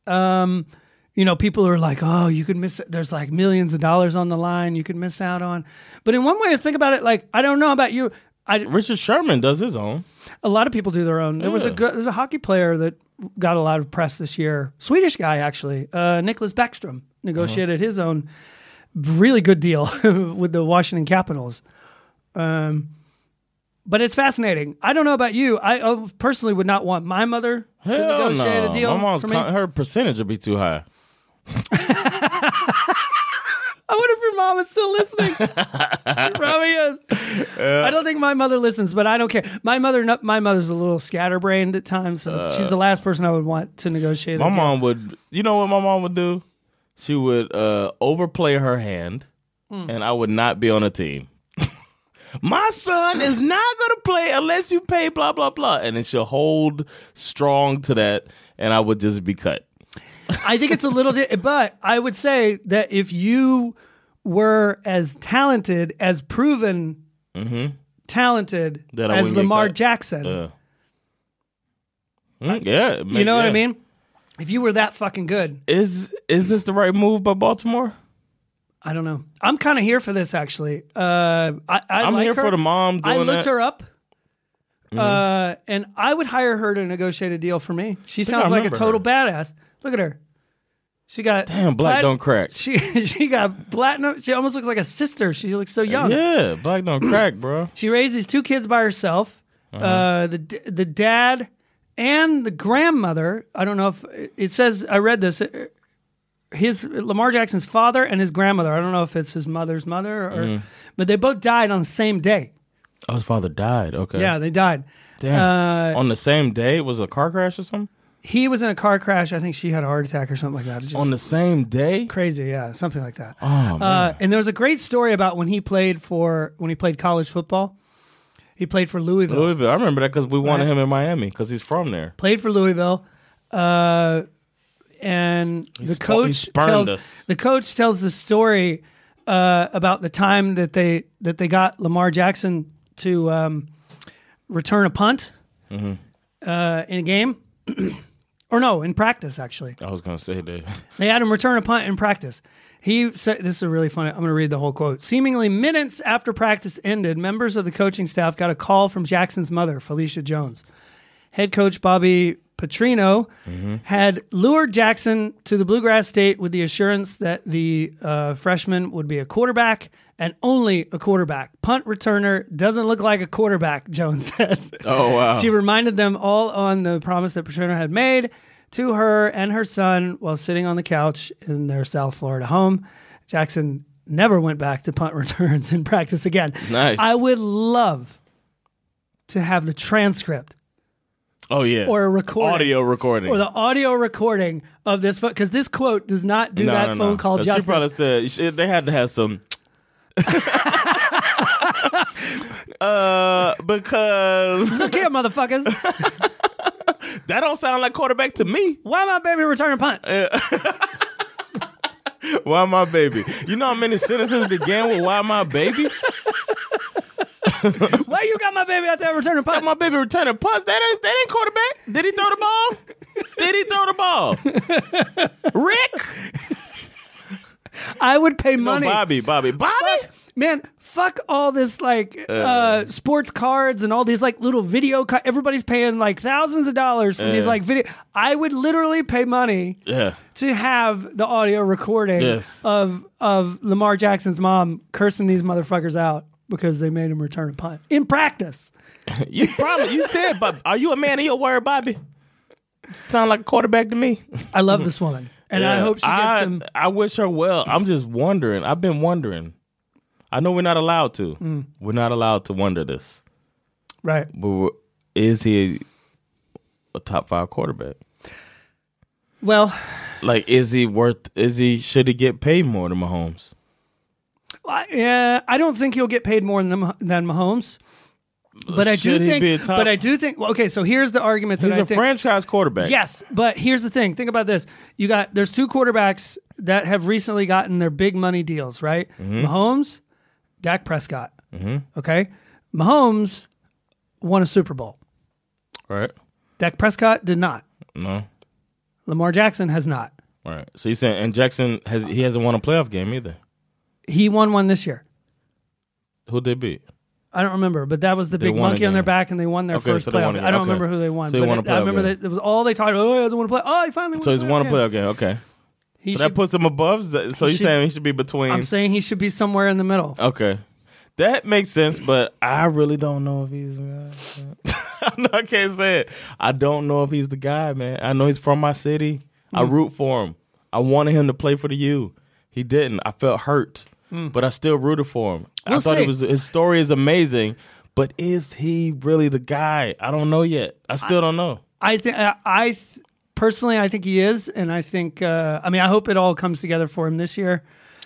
Um, you know, people are like, "Oh, you could miss. There's like millions of dollars on the line. You could miss out on." But in one way, let's think about it. Like, I don't know about you. I,
Richard Sherman does his own.
A lot of people do their own. There was a
Yeah.
good, there's a hockey player that got a lot of press this year. Swedish guy actually, uh, Nicholas Backstrom negotiated his own really good deal (laughs) with the Washington Capitals. Um, but it's fascinating. I don't know about you. I uh, personally would not want my mother to
Hell
negotiate
no.
a deal
My mom's
for me.
con- her percentage would be too high.
I wonder if your mom is still listening.
(laughs)
she probably is. I don't think my mother listens, but I don't care. My mother, no- my mother's a little scatterbrained at times, so she's
Uh.
the last person I would want to negotiate. a
My
deal.
mom would. You know what my mom would do? She would uh, overplay her hand,
Hmm.
and I would not be on a team. (laughs) My son is not going to play unless you pay blah blah blah, and then she'll hold strong to that, and I would just be cut.
I think it's a little, di- but I would say that if you were as talented as proven, talented
Mm-hmm. That I
as
wouldn't get Uh,
Lamar
cut.
Jackson,
Mm, yeah,
you know what I mean. If you were that fucking good,
Is is this the right move by Baltimore?
I don't know. I'm kind of here for this actually. Uh, I, I
I'm
like
here
her.
for the mom
I
doing
looked
that. Mm-hmm.
her up. Uh, and I would hire her to negotiate a deal for me. She
think I
sounds like a
remember
total
her.
badass. Look at her. She got
Damn, black don't crack.
(laughs) She she got platinum. She almost looks like a sister. She looks so young.
yeah, black
(clears throat)
don't crack, bro.
She raised these two kids by herself. uh
Uh-huh.
the d- the dad and the grandmother. I don't know if it says. I read this. uh, His Lamar Jackson's father and his grandmother. I don't know if it's his mother's mother or,
Mm-hmm.
but they both died on the same day.
Oh, his father died. Okay.
Yeah, uh, they died.
Damn. on the same day, it was a car crash or something.
He was in a car crash. I think she had a heart attack or something like that. It's just
On the same day.
crazy, yeah, something like that.
Oh man.
Uh, and there was a great story about when he played for when he played college football. He played for Louisville.
Louisville. I remember that because we wanted him in Miami because he's from there.
Played for Louisville. Uh, and the
sp- he
coach
spurned
tells
us.
the coach tells the story uh, about the time that they that they got Lamar Jackson to um, return a punt
Mm-hmm.
uh, in a game, (clears throat) or no, in practice actually.
I was gonna say that.
They had him return a punt in practice. He said, This is a really funny. I'm going to read the whole quote. Seemingly minutes after practice ended, members of the coaching staff got a call from Jackson's mother, Felicia Jones. Head coach Bobby Petrino
Mm-hmm.
had lured Jackson to the Bluegrass State with the assurance that the uh, freshman would be a quarterback and only a quarterback. Punt returner doesn't look like a quarterback, (laughs) Jones said.
Oh wow.
She reminded them all on the promise that Patrina had made to her and her son while sitting on the couch in their South Florida home. Jackson never went back to punt (laughs) returns and practice again.
Nice.
I would love to have the transcript
(laughs) oh yeah.
(laughs) or a recording.
audio recording.
or the audio recording of this because this quote does not do
No,
that
no, no.
phone call
She
justice.
probably said she, they had to have some. (laughs) uh, because
(laughs) Look here, motherfuckers.
(laughs) that don't sound like quarterback to me.
Why my baby returning punts?
(laughs) Why my baby? You know how many sentences began with "Why my baby"?
Why you got my baby out there returning punts?
My baby returning punts. That ain't that ain't quarterback. Did he throw the ball? Did he throw the ball? Rick,
(laughs) I would pay money.
No, Bobby, Bobby, Bobby.
Man, fuck all this like uh, sports cards and all these like little video. Ca- Everybody's paying like thousands of dollars for these like video. I would literally pay money
Yeah.
to have the audio recording
Yes.
of of Lamar Jackson's mom cursing these motherfuckers out because they made him return a punt in practice.
You probably you said, but are you a man of your word, Bobby? Sound like a quarterback to me.
I love this woman, and I
Yeah.
hope she gets
I,
some.
I wish her well. I'm just wondering. I've been wondering. I know we're not allowed to.
Mm.
We're not allowed to wonder this.
Right.
But we're- is he a top five quarterback?
Well,
Like, is he worth? Is he should he get paid more than Mahomes?
I, yeah, I don't think he'll get paid more than Mah- than Mahomes. But I do
Should he
think.
be a top-
But I do think. well, okay, so here's the argument that
He's
I
a
think.
franchise quarterback.
Yes, but here's the thing. Think about this. You got there's two quarterbacks that have recently gotten their big money deals, right?
Mm-hmm.
Mahomes, Dak Prescott. Okay, Mahomes won a Super Bowl.
Right.
Dak Prescott did not.
No.
Lamar Jackson has not.
All right. So you saying and Jackson has he hasn't won a playoff game either?
He won one this year.
Who they beat?
I don't remember, but that was the
They
big
won a
monkey on their
game.
back, and they won their
Okay,
first
so they
playoff.
won a game.
I don't
Okay.
remember who they won,
So they
but
won a
it- I
playoff
remember
game.
that it was all they talked about. Oh, he doesn't want to play. Oh, he finally. Won
So he's won a
game.
playoff game. Okay.
He
So that
should-
puts him above. Z- So you're
should-
saying he should be between?
I'm saying he should be somewhere in the middle.
okay. That makes sense, but I really don't know if he's. (laughs) I know I can't say it. I don't know if he's the guy, man. I know he's from my city. I
Mm.
root for him. I wanted him to play for the U. He didn't. I felt hurt, but I still rooted for him. I
Mm. We'll
thought
see.
it was his story is amazing, but is he really the guy? I don't know yet. I still don't know.
I think I I th- personally I think he is, and I think uh, I mean I hope it all comes together for him this year.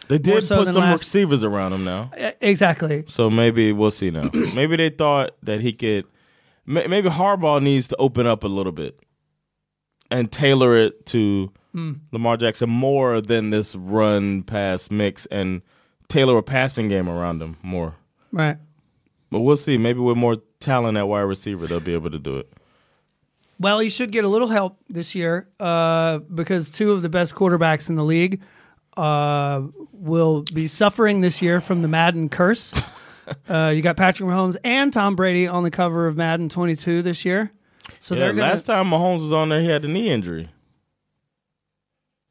They
more
did
so
put
than
some
last-
receivers around him now.
E- Exactly.
So maybe we'll see
(clears throat)
now. maybe they thought that he could. ma- Maybe Harbaugh needs to open up a little bit and tailor it to
Hmm.
Lamar Jackson more than this run pass mix and tailor a passing game around him more.
Right.
But we'll see. Maybe with more talent at wide receiver, they'll be able to do it.
Well, he should get a little help this year uh, because two of the best quarterbacks in the league uh, will be suffering this year from the Madden curse.
(laughs)
uh, you got Patrick Mahomes and Tom Brady on the cover of Madden 22 this year. So
Yeah,
they're gonna,
last time Mahomes was on there, he had a knee injury,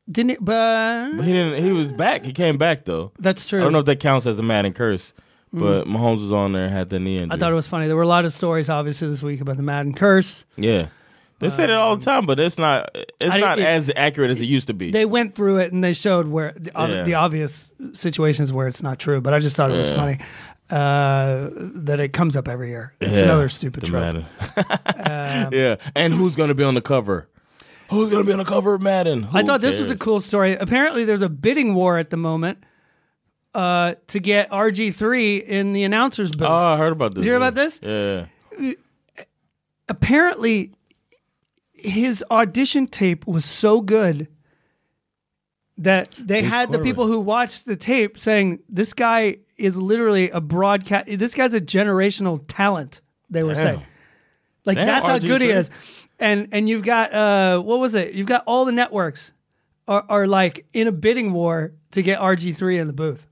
didn't it, but,
but he didn't. He was back. He came back though.
that's
I
true. Mm-hmm.
don't know if that counts as the Madden curse, but Mahomes was on there and had the knee injury.
I thought it was funny. There were a lot of stories, obviously, this week about the Madden curse.
Yeah. They said it all the time, but it's not it's
I-
not
it-
as accurate as it used to be.
They went through it and they showed where the, ob-
Yeah.
the obvious situations where it's not true. But I just thought it was funny uh, that it comes up every year. It's
Yeah.
another stupid
The
trope.
Madden. (laughs)
Um,
yeah, and who's going to be on the cover? Who's going to be on the cover of Madden?
I thought this was a cool story. Apparently, there's a bidding war at the moment uh, to get RG3 in the announcer's booth.
Oh, I heard about this.
you hear
yeah.
about this?
Yeah.
Apparently, his audition tape was so good that they
He's
had the
quarterback.
people who watched the tape saying, This guy is literally a broadcast, this guy's a generational talent, they were
Damn.
saying. Like
Damn,
that's how good he
RG3.
is. And and you've got uh what was it? You've got all the networks are, are like in a bidding war to get RG three in the booth.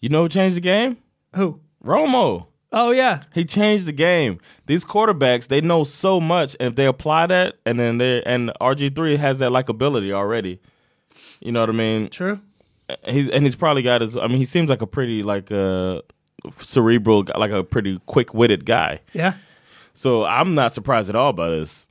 You know who changed the game?
Who?
Romo.
Oh yeah.
He changed the game. These quarterbacks, they know so much, and if they apply that, and then they and RG three has that likability already. You know what I mean?
True.
he's and he's probably got his. I mean, he seems like a pretty like uh, cerebral, guy, like a pretty quick witted guy.
Yeah.
So I'm not surprised at all by this.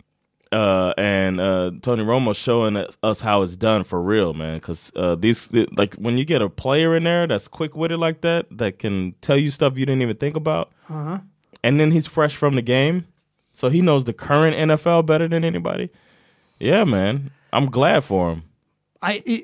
Uh, and uh, Tony Romo showing us- us how it's done for real, man. Because uh, these like when you get a player in there that's quick witted like that, that can tell you stuff you didn't even think about, and then he's fresh from the game, so he knows the current NFL better than anybody. Yeah, man, I'm glad for him.
I I-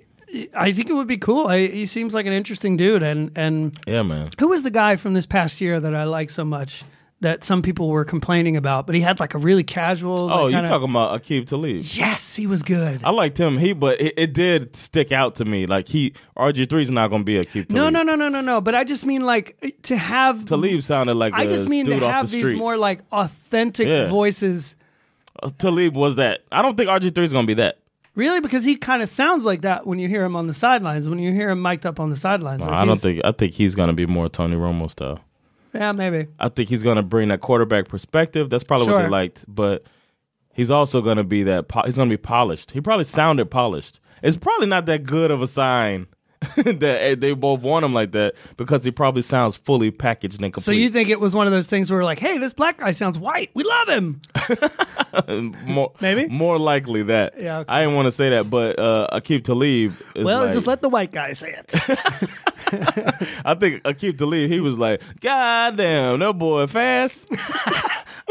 I think it would be cool. I, he seems like an interesting dude. And and
Yeah, man.
who was the guy from this past year that I like so much that some people were complaining about? But he had like a really casual. like,
Oh, you Oh,
kinda-
talking about Akib Talib?
Yes, he was good.
I liked him. He, but it, it did stick out to me. Like he, RG 3s not going to be a keep.
no,
Talib.
no, no, no, no, no. But I just mean like to have
Talib sounded like
I
a
just mean to
dude off
have
the
these
streets.
more like authentic
Yeah.
voices.
Uh, Talib was that. I don't think RG 3s going to be that.
Really, because he kind of sounds like that when you hear him on the sidelines. When you hear him mic'd up on the sidelines, Like,
I don't
he's-
think. I think he's going to be more Tony Romo style.
Yeah, maybe.
I think he's going to bring that quarterback perspective. That's probably what they
Sure.
liked. But he's also going to be that. Po- he's going to be polished. He probably sounded polished. It's probably not that good of a sign (laughs) that eh, they both want him like that because he probably sounds fully packaged and complete.
So you think it was one of those things where like, hey, this black guy sounds white. We love him.
more
(laughs) Maybe?
more likely that.
Yeah, okay.
I didn't want to say that, but uh, Akeem Talib. Is
Well,
like-
just let the white guy say it.
I think Akeem Talib. He was like, "God damn, that boy fast."